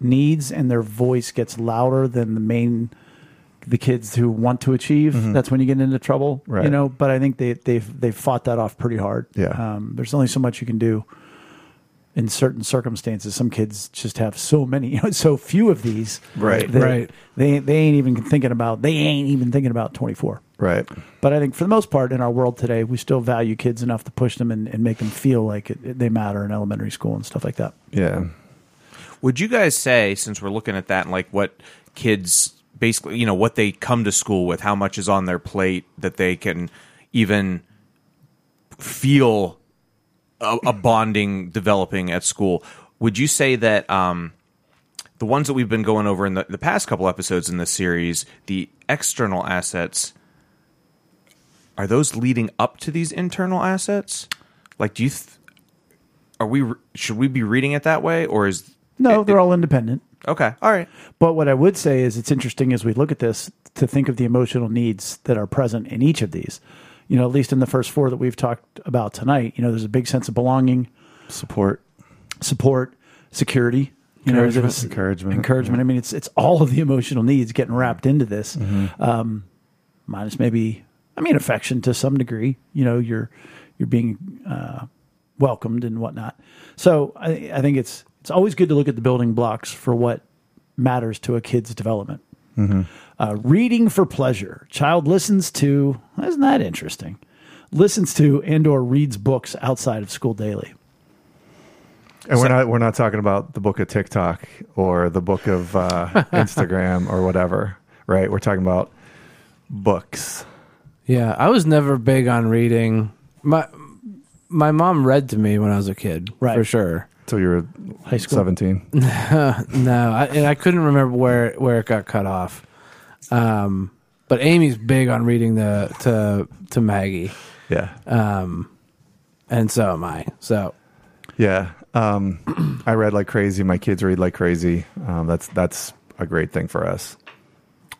needs and their voice gets louder than the main the kids who want to achieve, that's when you get into trouble, you Mm-hmm. Right. know. But I think they they've they've fought that off pretty hard. Yeah. um, there's only so much you can do in certain circumstances, some kids just have so many, you know, so few of these. Right. that Right. They they ain't even thinking about they ain't even thinking about twenty four. Right. But I think for the most part in our world today, we still value kids enough to push them and, and make them feel like it, it- they matter in elementary school and stuff like that. Yeah. Would you guys say, since we're looking at that and like what kids basically, you know, what they come to school with, how much is on their plate that they can even feel a, a bonding developing at school? Would you say that um, the ones that we've been going over in the, the past couple episodes in this series, the external assets, are those leading up to these internal assets? Like, do you th- are we re- should we be reading it that way, or is No, it- they're all independent. Okay. All right. But what I would say is it's interesting as we look at this to think of the emotional needs that are present in each of these. You know, at least in the first four that we've talked about tonight, you know, there's a big sense of belonging, Support. support, security, you know, Encouragement. there's- Encouragement. encouragement. I mean, it's it's all of the emotional needs getting wrapped into this, Mm-hmm. um, minus maybe I mean affection to some degree. You know, you're you're being uh, welcomed and whatnot. So I, I think it's it's always good to look at the building blocks for what matters to a kid's development. Mm-hmm. Uh, reading for pleasure. Child listens to. Isn't that interesting? Listens to and or reads books outside of school daily. And we're not we're not talking about the book of TikTok or the book of uh, Instagram or whatever, right? We're talking about books. Yeah, I was never big on reading. My my mom read to me when I was a kid, Right. for sure. So you were High school. seventeen. No, I, and I couldn't remember where where it got cut off. Um, but Amy's big on reading the to to Maggie, Mm-hmm. Yeah, Uh, and so am I. So yeah. Um, I read like crazy. My kids read like crazy. Um, that's that's a great thing for us.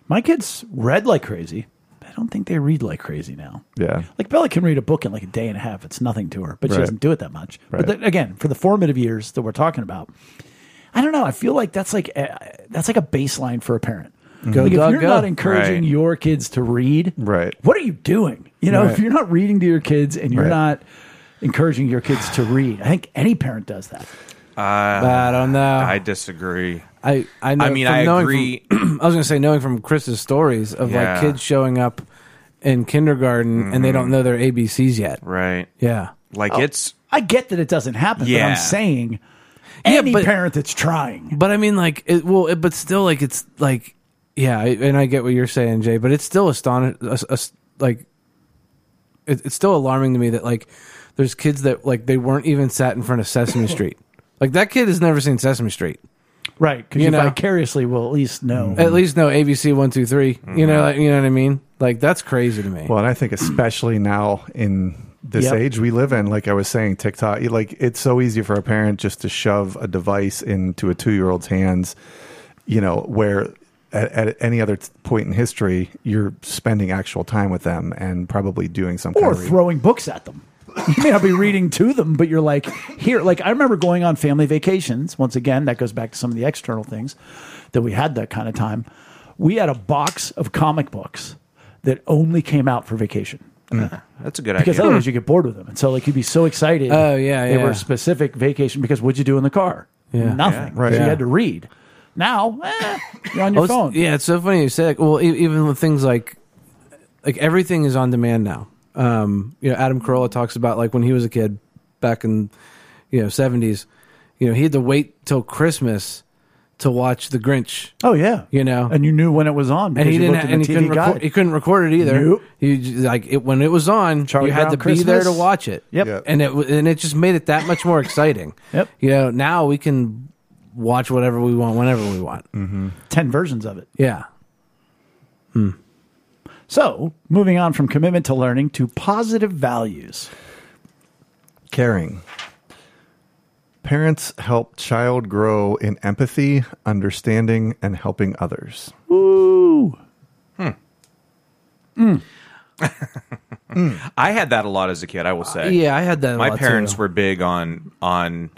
My kids read like crazy. but I don't think they read like crazy now. Yeah, Like Bella can read a book in like a day and a half. It's nothing to her, but she Right. doesn't do it that much. But Right. then again, for the formative years that we're talking about, I don't know. I feel like that's like a, that's like a baseline for a parent. Go, like if dog, you're go. not encouraging Right. your kids to read, Right. What are you doing? You know, if Right. you're not reading to your kids and you're Right. not encouraging your kids to read, I think any parent does that. I don't know. Uh, I I disagree. I, know, I mean, from I knowing agree. From, I was gonna say knowing from Chris's stories of Yeah. Mm-hmm. like kids showing up in kindergarten and they don't know their ABCs yet. Right. Yeah, Like it's I get that it doesn't happen, but Yeah. I'm saying Yeah, any but- parent that's trying. But I mean, like, it, well, it, but still, like, it's like, yeah, I- and I get what you're saying, Jay, but it's still astonishing. Like, it, it's still alarming to me that like there's kids that like they weren't even sat in front of Sesame Street. Like that kid has never seen Sesame Street. Right, because You you, know. Mm. vicariously will at least know. At least no ABC one two three. You know, like, you know what I mean. Like that's crazy to me. Well, and I think especially now in this Yep. age we live in, like I was saying, TikTok, like it's so easy for a parent just to shove a device into a two year old's hands, you know, where at, at any other t- point in history, you're spending actual time with them and probably doing some kind or of re- throwing books at them. You may not be reading to them, but you're like, here, like I remember going on family vacations. Once again, that goes back to some of the external things that we had that kind of time. We had a box of comic books that only came out for vacation that's a good because idea. otherwise you get bored with them. And so, like, you'd be so excited. Oh, yeah, They yeah. were specific vacation because what'd you do in the car? Yeah. Nothing. Yeah, right. So You Yeah. had to read. Now, eh, you're on your Oh, it's- phone. Yeah, it's so funny you say that. Well, e- even with things like like everything is on demand now. Um, you know, Adam Carolla talks about like when he was a kid back in you know seventies. You know, he had to wait till Christmas to watch The Grinch. Oh, yeah. You know, And you knew when it was on because and he you didn't, looked at and he the couldn't, TV guide. record, he couldn't record it either. Nope. You j- like it when it was on, Charlie you had Brown to be there to Christmas. watch it. Yep. Yeah. and it w- and it just made it that much more exciting. Yep. You know, now we can watch whatever we want whenever we want. Mm. 10 versions of it. Yeah. So, moving on from commitment to learning to positive values. caring. Parents help child grow in empathy, understanding, and helping others. Ooh. I had that a lot as a kid. I will say. Uh, Yeah, I had that. a Uh, My lot, parents too. were big on on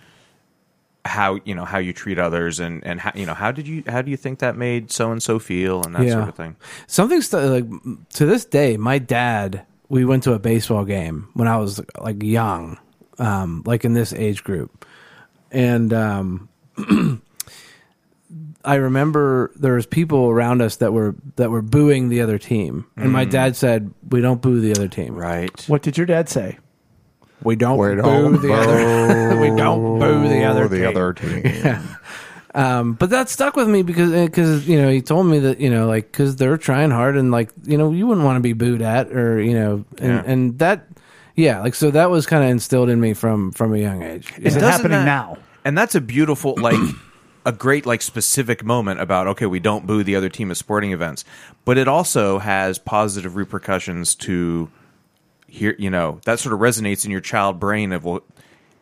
how you know how you treat others and and how you know how did you how do you think that made so and so feel and that sort of thing. Something st- like m- to this day, my dad. We went to a baseball game when I was like young, um, like in this age group, and um, I remember there was people around us that were that were booing the other team, and my dad said, "We don't boo the other team. Right. What did your dad say? We don't We boo don't the other. we don't boo the other. Or the team. other team. Um, but that stuck with me because because you know he told me that you know like because they're trying hard and like you know you wouldn't want to be booed at or you know and Yeah. and that yeah like so that was kind of instilled in me from from a young age. Is Yeah. it Doesn't happening that- now? And that's a beautiful, like, a great, like, specific moment about, okay, we don't boo the other team at sporting events. But it also has positive repercussions to here, you know, that sort of resonates in your child brain of, well,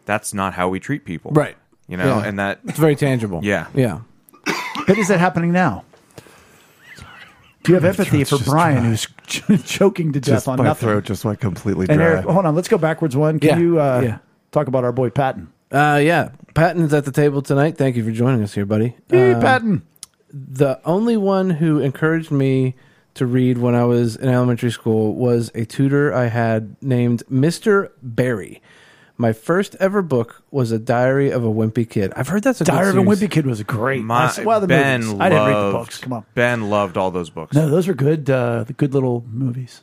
that's not how we treat people. Right. You know, Yeah. and that, It's very tangible. Yeah. yeah. But is it happening now? Do you have empathy throat's for just Brian, dry. who's ch- choking to death Just on my nothing? throat just like completely And dry. Eric, oh, hold on, let's go backwards one. Can Yeah, you uh, yeah. talk about our boy Patton? Uh, yeah. Patton's at the table tonight. Thank you for joining us here, buddy. Hey, Uh, Patton. the only one who encouraged me to read when I was in elementary school was a tutor I had named Mr. Barry. My first ever book was a Diary of a Wimpy Kid. I've heard that's a Diary of a good series. Wimpy Kid was great. I my, saw- well, the Ben movies. loved, I didn't read the books. Come on. Ben loved all those books. No, those were good. Uh, the good little movies.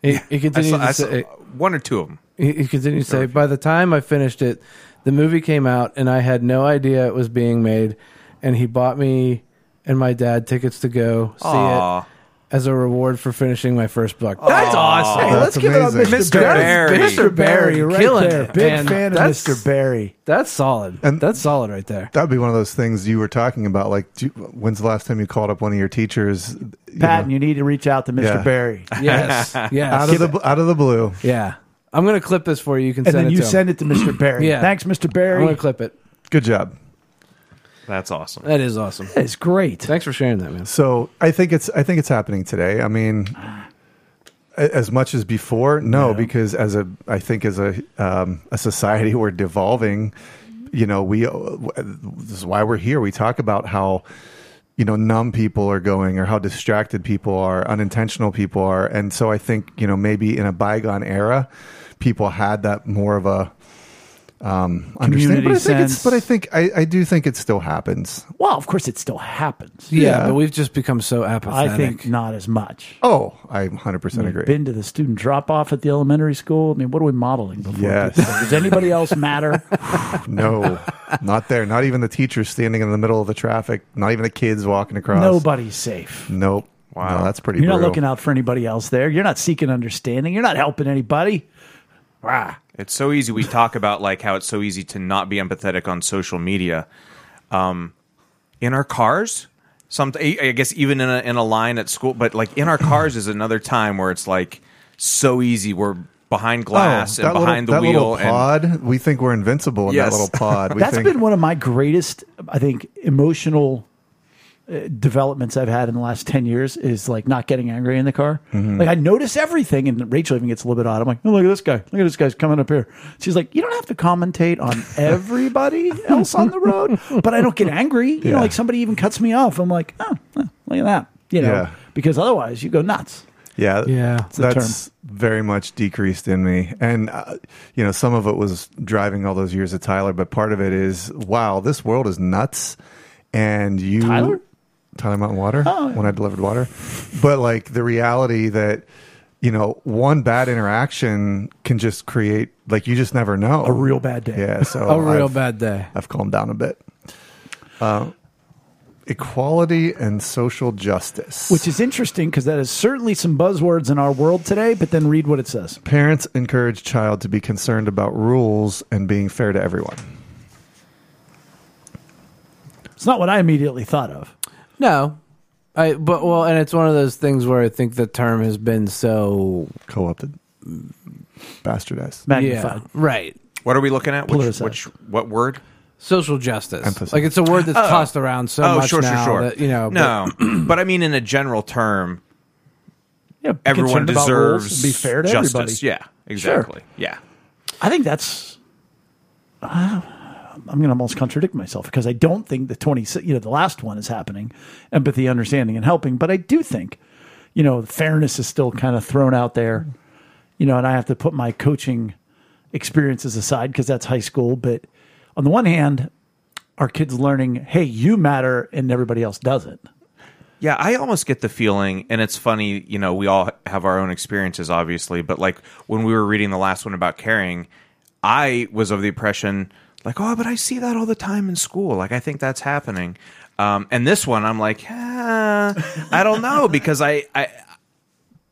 He, he I continued saw, I to saw say, one or two of them. he, he continued to say, by the time I finished it, the movie came out and I had no idea it was being made. And he bought me and my dad tickets to go see Aw. it as a reward for finishing my first book. Oh, That's awesome. Hey, let's let's give give it up, it up, amazing. Mr. Mr. Barry. Barry. Mr. Barry, right Killing there. it. Big And fan of that's- Mr. Barry. That's solid. And- that's solid right there. That'd be one of those things you were talking about. Like, do, when's the last time you called up one of your teachers? you Patton, know, you need to reach out to Mr. Yeah. Barry. Yes. out yes. of the bl- out of the blue. yeah. I'm gonna clip this for you. You can And send then it you to him. send it to Mr. Barry. Yeah. Thanks, Mr. I'm gonna Barry. clip it. Good job. That's awesome. That is awesome. That is great. Thanks for sharing that, man. So I think it's I think it's happening today. I mean, a- as much as before, no, because as a I think as a um, a society we're devolving. You know, we uh, this is why we're here. We talk about how you know numb people are going or how distracted people are unintentional people are and so i think you know maybe in a bygone era people had that more of a um understanding but i think sense. it's but i think i, I do think it still happens Well, of course, it still happens. Yeah, Yeah. but we've just become so apathetic. I think not as much. oh i 100% agree Been to the student drop off at the elementary school. I mean, what are we modeling before? Yes. people? Does anybody else matter? No, not there. Not even the teachers standing in the middle of the traffic. Not even the kids walking across. Nobody's safe. Nope. Wow. No, that's pretty. You're not brutal. looking out for anybody else there. You're not seeking understanding. You're not helping anybody. Rah. It's so easy. We talk about like how it's so easy to not be empathetic on social media. Um, in our cars, some I I guess even in a, in a line at school, but like in our cars is another time where it's like so easy. We're behind Oh, glass that and behind little, the that wheel. Little pod. we think we're invincible in Yes. that little pod. We That's think, been one of my greatest, I think, emotional uh, developments I've had in the last 10 years is like not getting angry in the car. Mm-hmm. Like I notice everything and Rachel even gets a little bit odd. I'm like, oh, look at this guy. Look at this guy's coming up here. She's like, you don't have to commentate on everybody else on the road, but I don't get angry. You know, Yeah. like somebody even cuts me off. I'm like, oh, well, look at that. You know, Yeah. because otherwise you go nuts. Yeah, Yeah. It's a that's very much decreased in me, and uh, you know, some of it was driving all those years at Tyler, but part of it is, wow, this world is nuts, and you, Tyler? Tyler Mountain Water, Oh. when I delivered water, but like the reality that you know, one bad interaction can just create, like, you just never know, A real bad day. yeah. So a real I've- bad day. I've calmed down a bit. Uh, equality and social justice, Which is interesting because that is certainly some buzzwords in our world today, but then read what it says. Parents encourage child to be concerned about rules and being fair to everyone. It's not what I immediately thought of. No. I but well, and it's one of those things where I think the term has been so Co-opted, bastardized. Magnified. yeah, right. What are we looking at? Which, Politicized. which what word? Social justice. Emphasis. Like it's a word that's tossed around so oh, much sure, now sure, sure. that you know. but- no, but I mean in a general term, Yeah, be everyone concerned about rules deserves and be fair to justice. everybody. Yeah, exactly. Yeah. I think that's. Uh, I'm going to almost contradict myself because I don't think the 20, you know, the last one is happening, empathy, understanding, and helping. But I do think, you know, fairness is still kind of thrown out there, you know, and I have to put my coaching experiences aside because that's high school. But on the one hand, are kids learning, hey, you matter and everybody else doesn't? Yeah, I almost get the feeling, and it's funny, you know, we all have our own experiences, obviously, but like when we were reading the last one about caring, I was of the impression, like, oh, but I see that all the time in school. Like, I think that's happening. Um, and this one, I'm like, ah, I don't know, because I, I,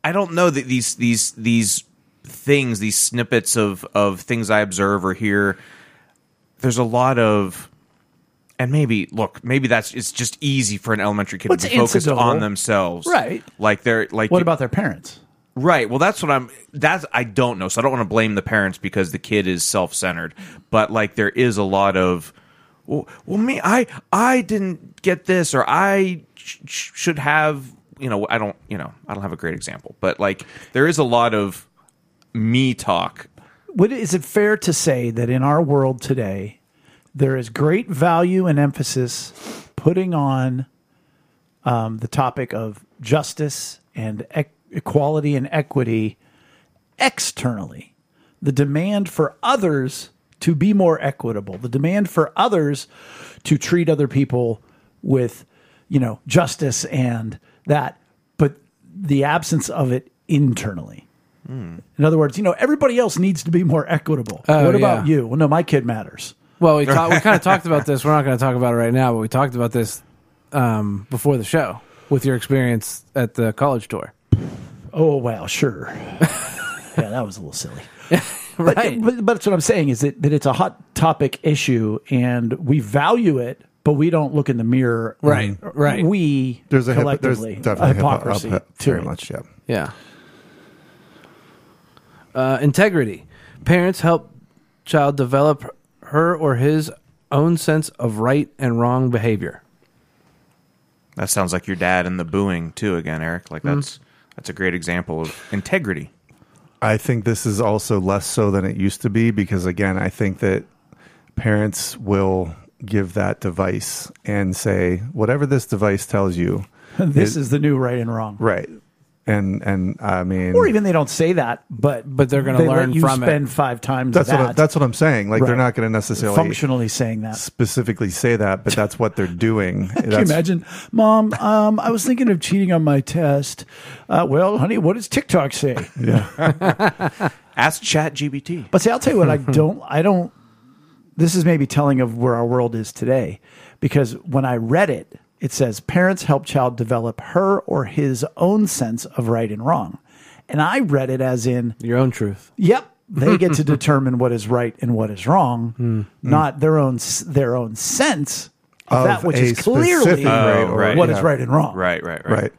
I don't know that these these these things, these snippets of of things I observe or hear. There's a lot of, and maybe look, maybe that's it's just easy for an elementary kid Well, to it's be focused incidental. on themselves, Right. Like they're like What about their parents? right? Well, that's what I'm. That's I don't know, so I don't want to blame the parents because the kid is self centered. But like there is a lot of. Well, well, me, I, I didn't get this, or I sh- sh- should have, you know, I don't, you know, I don't have a great example, but like there is a lot of me talk. What, is it fair to say that in our world today, there is great value and emphasis putting on um, the topic of justice and e- equality and equity externally? The demand for others to be more equitable, the demand for others to treat other people with, you know, justice and that, but the absence of it internally. In other words, you know, everybody else needs to be more equitable. Hmm. Oh, what about yeah. you? Well, no, my kid matters. Well, we talk, we kind of talked about this. We're not going to talk about it right now, but we talked about this um, before the show with your experience at the college tour. Oh, wow, sure. yeah, that was a little silly. But, Right. but, but that's what I'm saying is that, that it's a hot topic issue and we value it, but we don't look in the mirror. Right, right. We There's a hip, there's collectively definitely a hypocrisy Hypo- to very it. much. Yeah. Yeah. Uh, integrity. Parents help child develop her or his own sense of right and wrong behavior. That sounds like your dad and the booing too, again, Eric. Like that's that's a great example of integrity. I think this is also less so than it used to be because, again, I think that parents will give that device and say, whatever this device tells you, This is the new right and wrong. right. And, and I mean, Or even they don't say that, but But they're gonna they let learn you from it. spend five times that's, that. what I, that's what I'm saying. Like, they're Right. not going to necessarily functionally saying that. specifically say that, but that's what they're doing. Can That's, you imagine, Mom? Um, I was thinking of cheating on my test. Uh, well, honey, what does TikTok say? Ask Chat GBT. But see, I'll tell you what I don't. I don't. This is maybe telling of where our world is today, because when I read it, it says parents help child develop her or his own sense of right and wrong, and I read it as in, Your own truth. yep, they get to determine what is right and what is wrong, Hmm, not their own s- their own sense of, Of that which a is specific clearly right or- right, what yeah. is right and wrong. Right, right, right. Right.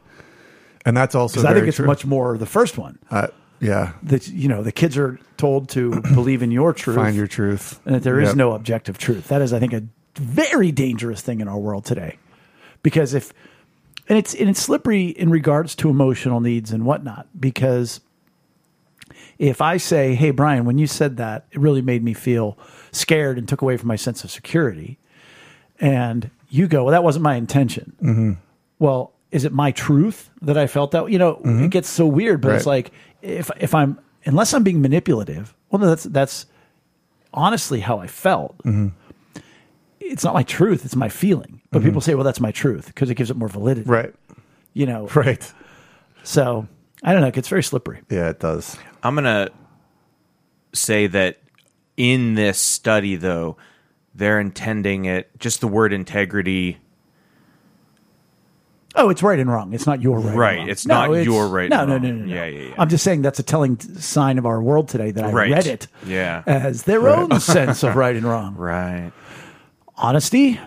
And that's also, Because I very think it's true. much more the first one uh, yeah. that you know the kids are told to believe in your truth, Find your truth. and that there is Yep. no objective truth. That is, I think, a very dangerous thing in our world today, because if and it's and it's slippery in regards to emotional needs and whatnot. Because if I say, "Hey, Brian, when you said that, it really made me feel scared and took away from my sense of security," and you go, "Well, that wasn't my intention." Mm-hmm. well, is it my truth that I felt that? You know, it gets so weird, but it's Mm-hmm. Right. like if if I'm unless I'm being manipulative, well, no, that's that's honestly how I felt. Mm-hmm. It's not my truth; it's my feeling. But Mm-hmm. people say, "Well, that's my truth" because it gives it more validity. Right. You know. Right. So I don't know; it gets very slippery. Yeah, it does. I'm gonna say that in this study, though, they're intending it just the word integrity. Oh, it's right and wrong. It's not your right. and Right. wrong. It's not your right No, and no, wrong. no, no, no. Yeah, yeah, yeah. I'm just saying that's a telling t- sign of our world today that I Right. read it Yeah. as their own sense of right and wrong. Right. Honesty.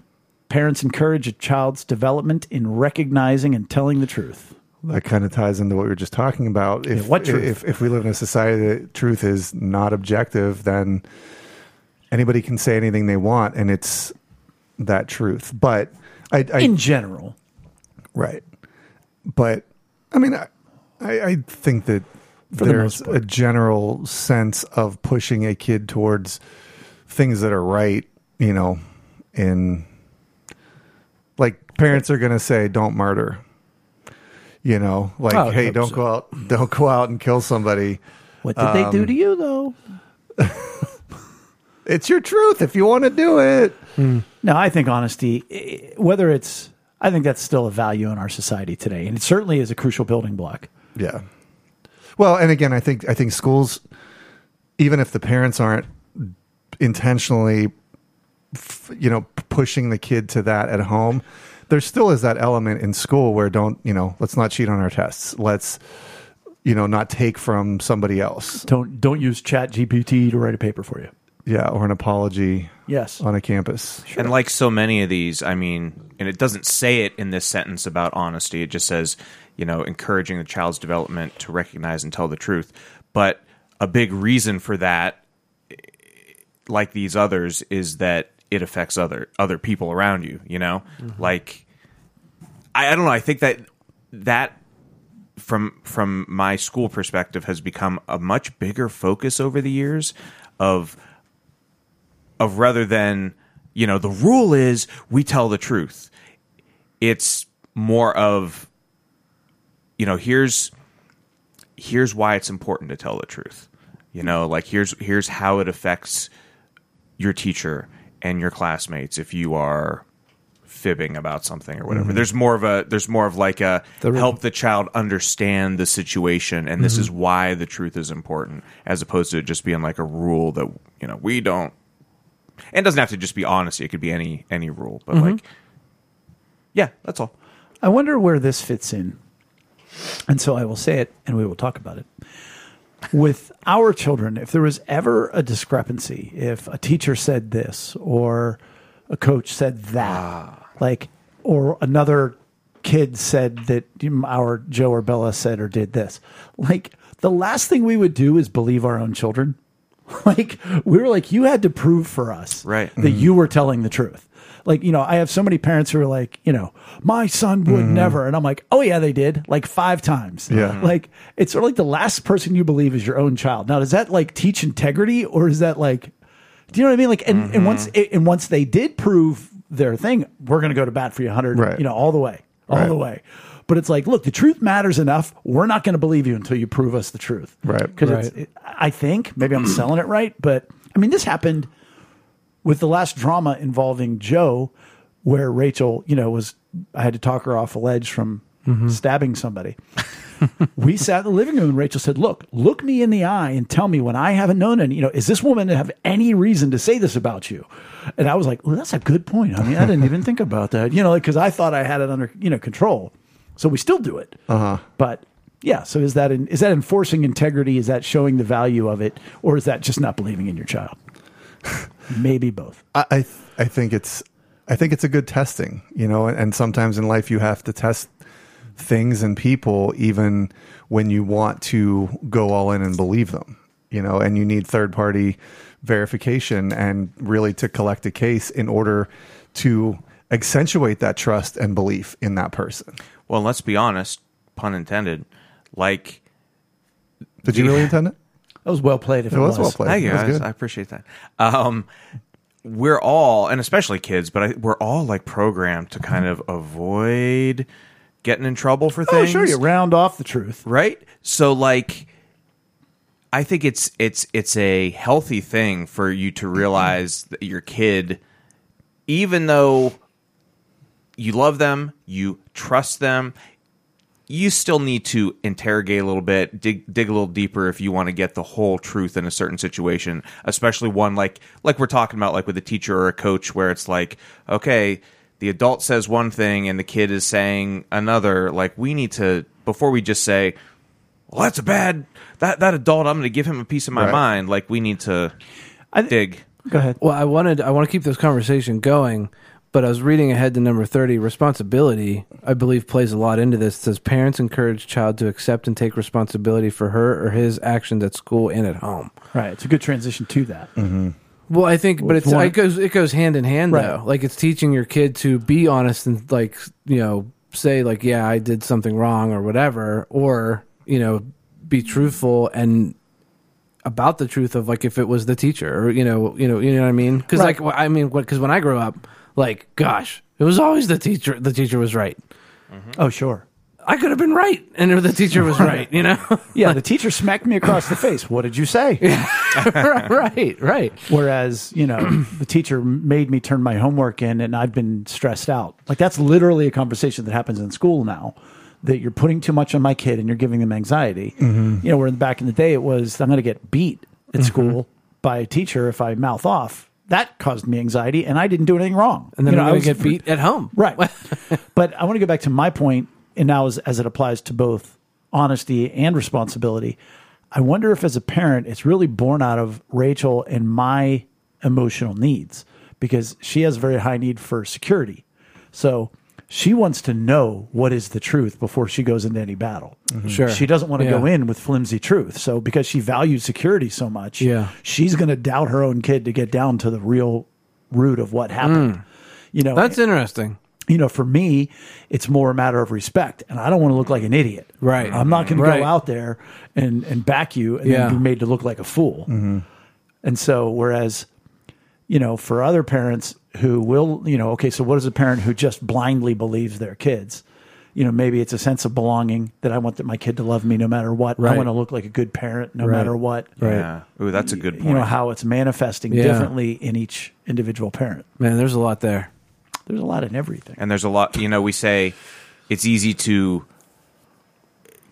Parents encourage a child's development in recognizing and telling the truth. That kind of ties into what we were just talking about. If, Yeah, what truth? if if we live in a society that truth is not objective, then anybody can say anything they want, and it's that truth. But I, I In general, right, but I mean, I I, I think that the there's most a general sense of pushing a kid towards things that are right. You know, in like parents are going to say, "Don't murder." You know, like, Oh, "Hey, don't go out, don't go out and kill somebody." Um, what did they do to you, though? It's your truth if you want to do it. No, I think honesty, eh, whether it's, I think that's still a value in our society today, and it certainly is a crucial building block. Yeah. Well, and again, I think I think schools, even if the parents aren't intentionally, f- you know, p- pushing the kid to that at home, there still is that element in school where don't you know, let's not cheat on our tests. Let's, you know, not take from somebody else. Don't don't use Chat GPT to write a paper for you. Yeah, or an apology Yes, on a campus. And like so many of these, I mean, and it doesn't say it in this sentence about honesty. It just says, you know, encouraging the child's development to recognize and tell the truth. But a big reason for that, like these others, is that it affects other other people around you. You know, like I, I don't know. I think that that from from my school perspective has become a much bigger focus over the years of of rather than you know the rule is we tell the truth it's more of you know here's here's why it's important to tell the truth you know like here's here's how it affects your teacher and your classmates if you are fibbing about something or whatever there's more of a there's more of like a help the child understand the situation and this is why the truth is important as opposed to it just being like a rule that you know we don't and it doesn't have to just be honesty it could be any any rule but Mm-hmm. like yeah that's all I wonder where this fits in. And so I will say it and we will talk about it. With our children, if there was ever a discrepancy, if a teacher said this or a coach said that, like, or another kid said that um, our Joe or Bella said or did this, like, the last thing we would do is believe our own children. Like, we were like, you had to prove for us Right. that Mm-hmm. you were telling the truth. Like, you know, I have so many parents who are like, you know, my son would never. And I'm like, oh, yeah, they did like five times. Mm-hmm. Yeah. Like, it's sort of like the last person you believe is your own child. Now, does that like teach integrity or is that like, do you know what I mean? Like, and, Mm-hmm. and once, and once they did prove their thing, we're going to go to bat for you 100, Right. you know, all the way, all Right. the way. But it's like, look, the truth matters enough. We're not going to believe you until you prove us the truth. Right. Because it's, Right. it- I think maybe I'm selling it right, but I mean, this happened with the last drama involving Joe, where Rachel, you know, was I had to talk her off a ledge from stabbing somebody. we sat in the living room and Rachel said, "Look, look me in the eye and tell me when I haven't known any. You know, is this woman have any reason to say this about you?" And I was like, "Well, that's a good point. I mean, I didn't even think about that. You know, because I thought I had it under you know control. So we still do it. Uh-huh. But yeah, so is that in, is that enforcing integrity? Is that showing the value of it, or is that just not believing in your child? Maybe both. I I, th- I think it's I think it's a good testing, you know, and sometimes in life you have to test things and people even when you want to go all in and believe them, you know, and you need third party verification and really to collect a case in order to accentuate that trust and belief in that person. well let's be honest pun intended like Did you really intend it? That was well played. If it, It was well played. Thank you. That was guys. good. I appreciate that. Um, we're all, and especially kids, but I, we're all like programmed to kind Mm-hmm. of avoid getting in trouble for Oh, things, sure, you round off the truth. right? So, like, I think it's it's it's a healthy thing for you to realize that your kid, even though you love them, you trust them. You still need to interrogate a little bit, dig dig a little deeper if you want to get the whole truth in a certain situation, especially one like like we're talking about, like with a teacher or a coach, where it's like, okay, the adult says one thing and the kid is saying another. Like we need to before we just say, well, that's a bad that that adult. I'm going to give him a piece of my Right. mind. Like we need to I thi- dig. Go ahead. Well, I wanted I want to keep this conversation going, but I was reading ahead to number 30, responsibility, I believe plays a lot into this. It says parents encourage child to accept and take responsibility for her or his actions at school and at home. Right, it's a good transition to that. Well, I think but it's one- it goes it goes hand in hand Right. though. Like it's teaching your kid to be honest and like, you know, say like, yeah, I did something wrong or whatever or, you know, be truthful and about the truth of like if it was the teacher or you know you know you know what I mean because Right. like wh- I mean because when I grew up like gosh it was always the teacher the teacher was right Oh, sure. I could have been right, and the teacher was right. You know, Yeah, the teacher smacked me across the face. What did you say? right, right. Whereas, you know, the teacher made me turn my homework in and I've been stressed out. Like that's literally a conversation that happens in school now that you're putting too much on my kid and you're giving them anxiety. Mm-hmm. You know, where in the back in the day it was I'm going to get beat at school by a teacher if I mouth off. That caused me anxiety and I didn't do anything wrong. And then you know, I I would was- get beat at home. Right. but I want to go back to my point, and now as, as it applies to both honesty and responsibility. I wonder if, as a parent, it's really born out of Rachel and my emotional needs because she has a very high need for security. So she wants to know what is the truth before she goes into any battle. Mm-hmm. Sure. She doesn't want to go Yeah. in with flimsy truth. So because she values security so much, Yeah. she's going to doubt her own kid to get down to the real root of what happened. You know, Mm. That's interesting. you know, for me, it's more a matter of respect, and I don't want to look like an idiot. Right. I'm not going to Right. go out there and and back you and Yeah. Mm-hmm. then be made to look like a fool. And so, whereas, you know, for other parents who will, you know, okay, so what is a parent who just blindly believes their kids? You know, maybe it's a sense of belonging that I want that my kid to love me no matter what. I Right. want to look like a good parent no Right. matter what. Yeah. Ooh, that's a good point. You know how it's manifesting Yeah. differently in each individual parent. Man, there's a lot there. There's a lot in everything. and there's a lot you know we say it's easy to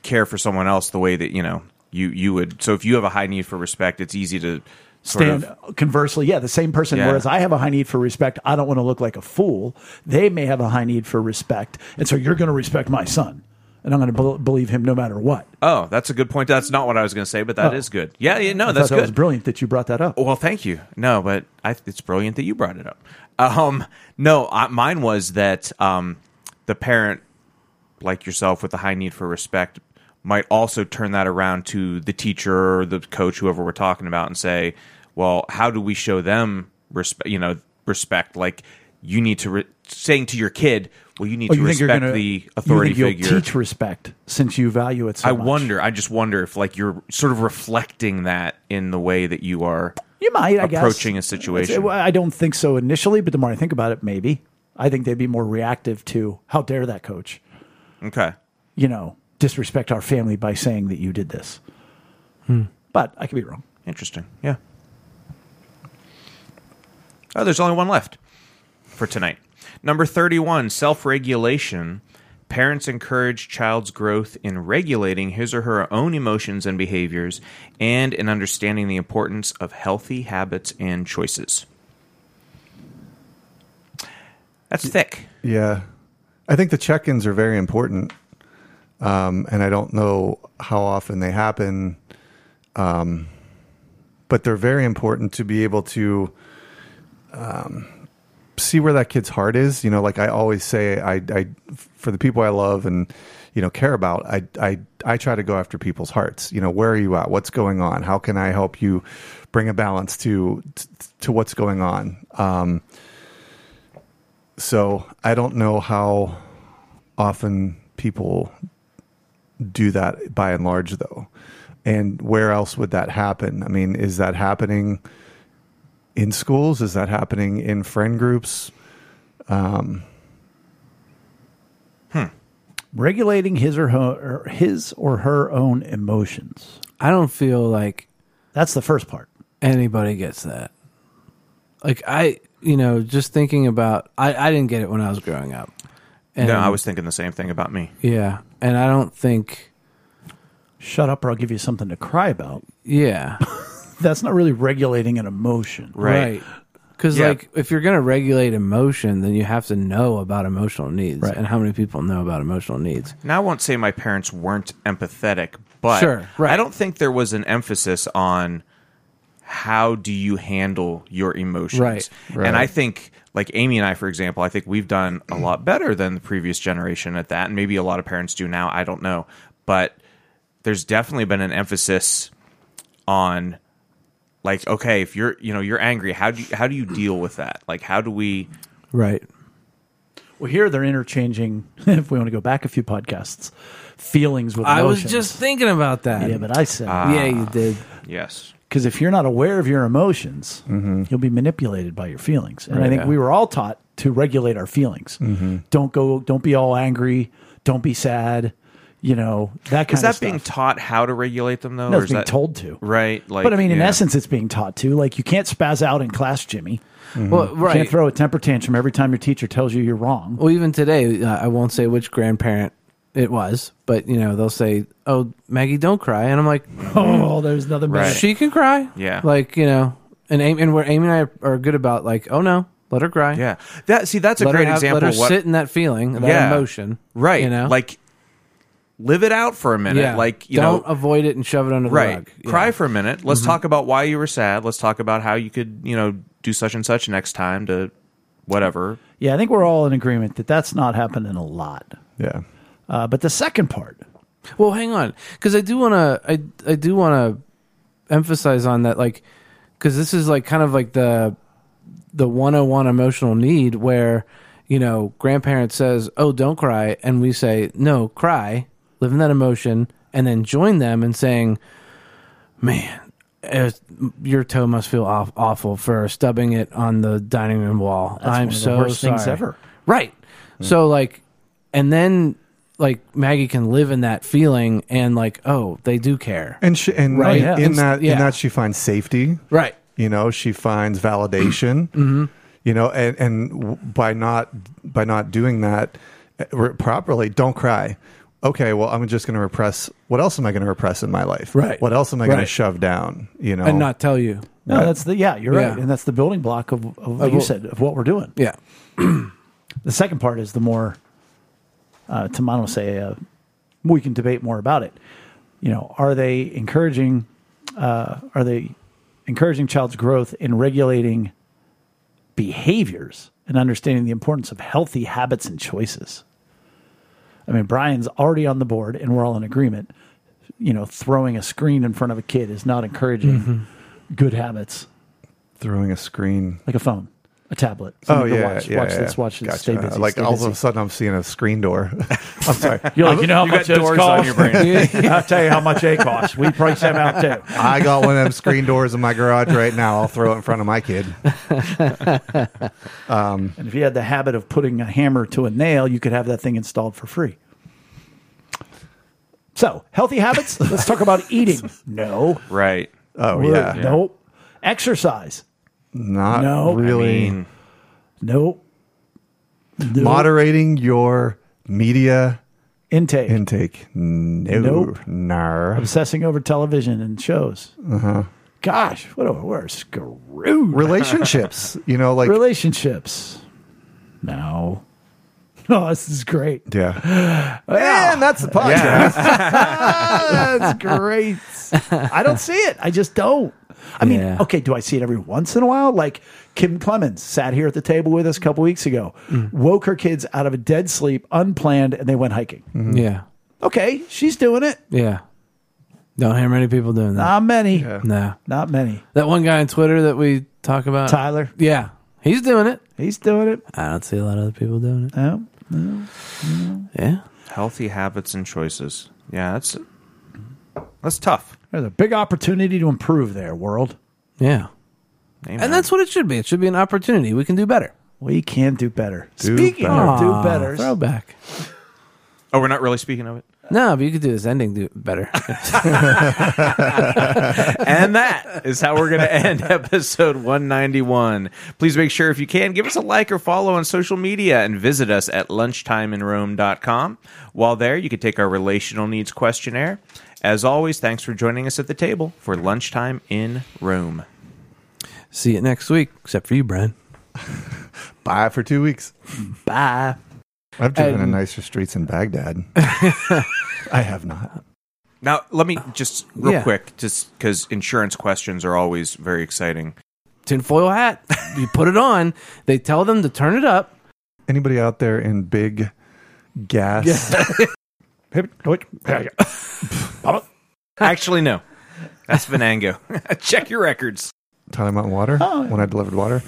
care for someone else the way that you know you you would so if you have a high need for respect it's easy to sort stand of conversely yeah the same person Yeah. whereas i have a high need for respect i don't want to look like a fool they may have a high need for respect and so you're going to respect my son and i'm going to be- believe him no matter what oh that's a good point that's not what i was going to say but that is Oh. good yeah, yeah no I that's thought that good was brilliant that you brought that up well thank you no but I, it's brilliant that you brought it up um no I, mine was that um the parent like yourself with the high need for respect might also turn that around to the teacher or the coach whoever we're talking about and say well how do we show them respect you know respect like you need to re- saying to your kid well you need Oh, to respect gonna- the you authority think you'll figure teach respect since you value it so i much. wonder i just wonder if like you're sort of reflecting that in the way that you are you might I guess. approaching a situation. It's- well, i don't think so initially but the more i think about it maybe i think they'd be more reactive to how dare that coach okay you know disrespect our family by saying that you did this but i could be wrong Interesting. Yeah. Oh, there's only one left for tonight. Number 31, self regulation. Parents encourage child's growth in regulating his or her own emotions and behaviors and in understanding the importance of healthy habits and choices. That's thick. Yeah. I think the check ins are very important. Um, and I don't know how often they happen. Um, but they're very important to be able to um, see where that kid's heart is. You know, like I always say, I, I for the people I love and, you know, care about, I, I, I try to go after people's hearts. You know, where are you at? What's going on? How can I help you bring a balance to, to, to what's going on? Um, so I don't know how often people do that by and large, though. And where else would that happen? I mean, is that happening in schools? Is that happening in friend groups? regulating his or her or his or her own emotions. I don't feel like That's the first part. anybody gets that. Like I, you know, just thinking about I, I didn't get it when I was growing up. And, no, I was thinking the same thing about me. yeah, and I don't think Shut up, or I'll give you something to cry about. yeah That's not really regulating an emotion. right because Yeah. like if you're gonna regulate emotion, then you have to know about emotional needs Right. and how many people know about emotional needs. Now, I won't say my parents weren't empathetic, but Sure, right. I don't think there was an emphasis on how do you handle your emotions. Right, And I think, like Amy and I, for example, I think we've done a lot better than the previous generation at that. And maybe a lot of parents do now. I don't know. But there's definitely been an emphasis on like okay if you're you know you're angry how do you how do you deal with that like how do we Right. Well, here they're interchanging. If we want to go back a few podcasts, feelings with I was emotions. just thinking about that. yeah, but I said Ah. yeah, you did. yes because if you're not aware of your emotions, Mm-hmm. you'll be manipulated by your feelings. And I think yeah. we were all Mm-hmm. taught to regulate our feelings. Don't go. Don't be all angry. Don't be sad. you know that kind Is that of stuff. being taught how to regulate them though? no, or it's is being that told to, Right. Like, but I mean, in yeah. essence, it's being taught to. Like you can't spaz out in class, Jimmy. Well, You right. Mm-hmm. can't throw a temper tantrum every time your teacher tells you you're wrong. Well, even today, uh, I won't say which grandparent it was, but you know they'll say, "Oh, Maggie, don't cry," and I'm like, Oh, there's nothing better. Right. "She can cry." Yeah. like you know, and Amy, and where Amy and I are, are good about, like, "Oh no, let her cry." Yeah. That see, that's a let great her have- example. Let of her what, sit in that feeling, that Yeah. emotion. right. You know, Like live it out for a minute. yeah, Like you don't know avoid it and shove it under the Right. rug. Yeah. Mm-hmm. Cry for a minute. Let's talk about why you were sad. Let's talk about how you could, you know, do such and such next time to whatever. Yeah, I think we're all in agreement that that's not happening a lot. Yeah. Uh, but the second part, Well, hang on, because I do want to. I I do want to emphasize on that, like, because this is like kind of like the the one hundred and one emotional need where you know grandparent says, "Oh, don't cry," and we say, "No, cry, live in that emotion," and then join them in saying, "Man." eh, Your toe must feel aw- awful for stubbing it on the dining room wall. I'm one of the so worst sorry. things ever. Right. So like and then like Maggie can live in that feeling and like, oh, they do care. And she, and Right, in, yeah. in that Yeah. in that she finds safety. Right. You know, she finds validation. mm-hmm. You know, and and w- by not by not doing that uh, re- properly, don't cry. Okay, well, I'm just going to repress. What else am I going to repress in my life? Right. What else am I going Right. to shove down? You know, And not tell you. no, Right. that's the yeah, you're right, Yeah. and that's the building block of, of what you what- said of what we're doing. Yeah. The second part is the more, uh, to Mano say, uh, we can debate more about it. You know, are they encouraging? Uh, are they encouraging child's growth in regulating behaviors and understanding the importance of healthy habits and choices? I mean, Brian's already on the board, and we're all in agreement. You know, throwing a screen in front of a kid is not encouraging Mm-hmm. good habits throwing a screen. like a phone, a tablet. Oh something to yeah, watch, yeah, watch yeah. this, watch this, Gotcha. stay busy. Like stay all busy. of a sudden, I'm seeing a screen door. I'm sorry. You're like, you know how You much those got doors cost? on your brain. I'll tell you how much they cost. We price them out too. I got one of them screen doors in my garage right now. I'll throw it in front of my kid. And if you had the habit of putting a hammer to a nail, you could have that thing installed for free. So, healthy habits. Let's talk about eating. No. Right. Oh We're- yeah, Nope. Exercise. not No. really. I mean, Nope. Nope. Moderating your media intake. intake. No, Nope. Nah. Obsessing over television and shows. Uh-huh. Gosh, what a we're screwed. Relationships. You know, like Relationships. No. Oh, this is great. yeah. Wow. And that's the podcast. That's great. I don't see it. I just don't. I mean, Yeah. okay, do I see it every once in a while? Like Kim Clemens sat here at the table with us a couple weeks ago, woke her kids out of a dead sleep, unplanned, and they went hiking. Yeah. Okay, she's doing it. Yeah. Don't hear many people doing that. Not many. no. Not many. That one guy on Twitter that we talk about. Tyler, Yeah. He's doing it. he's doing it. I don't see a lot of other people doing it. No. Yeah. healthy habits and choices. Yeah, that's that's tough. There's a big opportunity to improve there, world. Yeah. Amen. And that's what it should be. It should be an opportunity. We can do better. We can do better. Do Speaking of better. do Aw, betters, Throwback. oh, we're not really speaking of it. No, but you could do this ending do better. and that is how we're going to end episode 191. Please make sure, if you can, give us a like or follow on social media and visit us at lunchtimeinrome.com. While there, you can take our relational needs questionnaire. As always, thanks for joining us at the table for Lunchtime in Rome. See you next week, except for you, Brian. Bye for two weeks. bye. I've driven in And- nicer streets in Baghdad. I have not. Now, let me just real Yeah. quick, just because insurance questions are always very exciting. tinfoil hat. you put it on. They tell them to turn it up. Anybody out there in big gas? Actually, no. That's Venango. Check your records. Tally Mountain Water Oh, yeah. when I delivered water.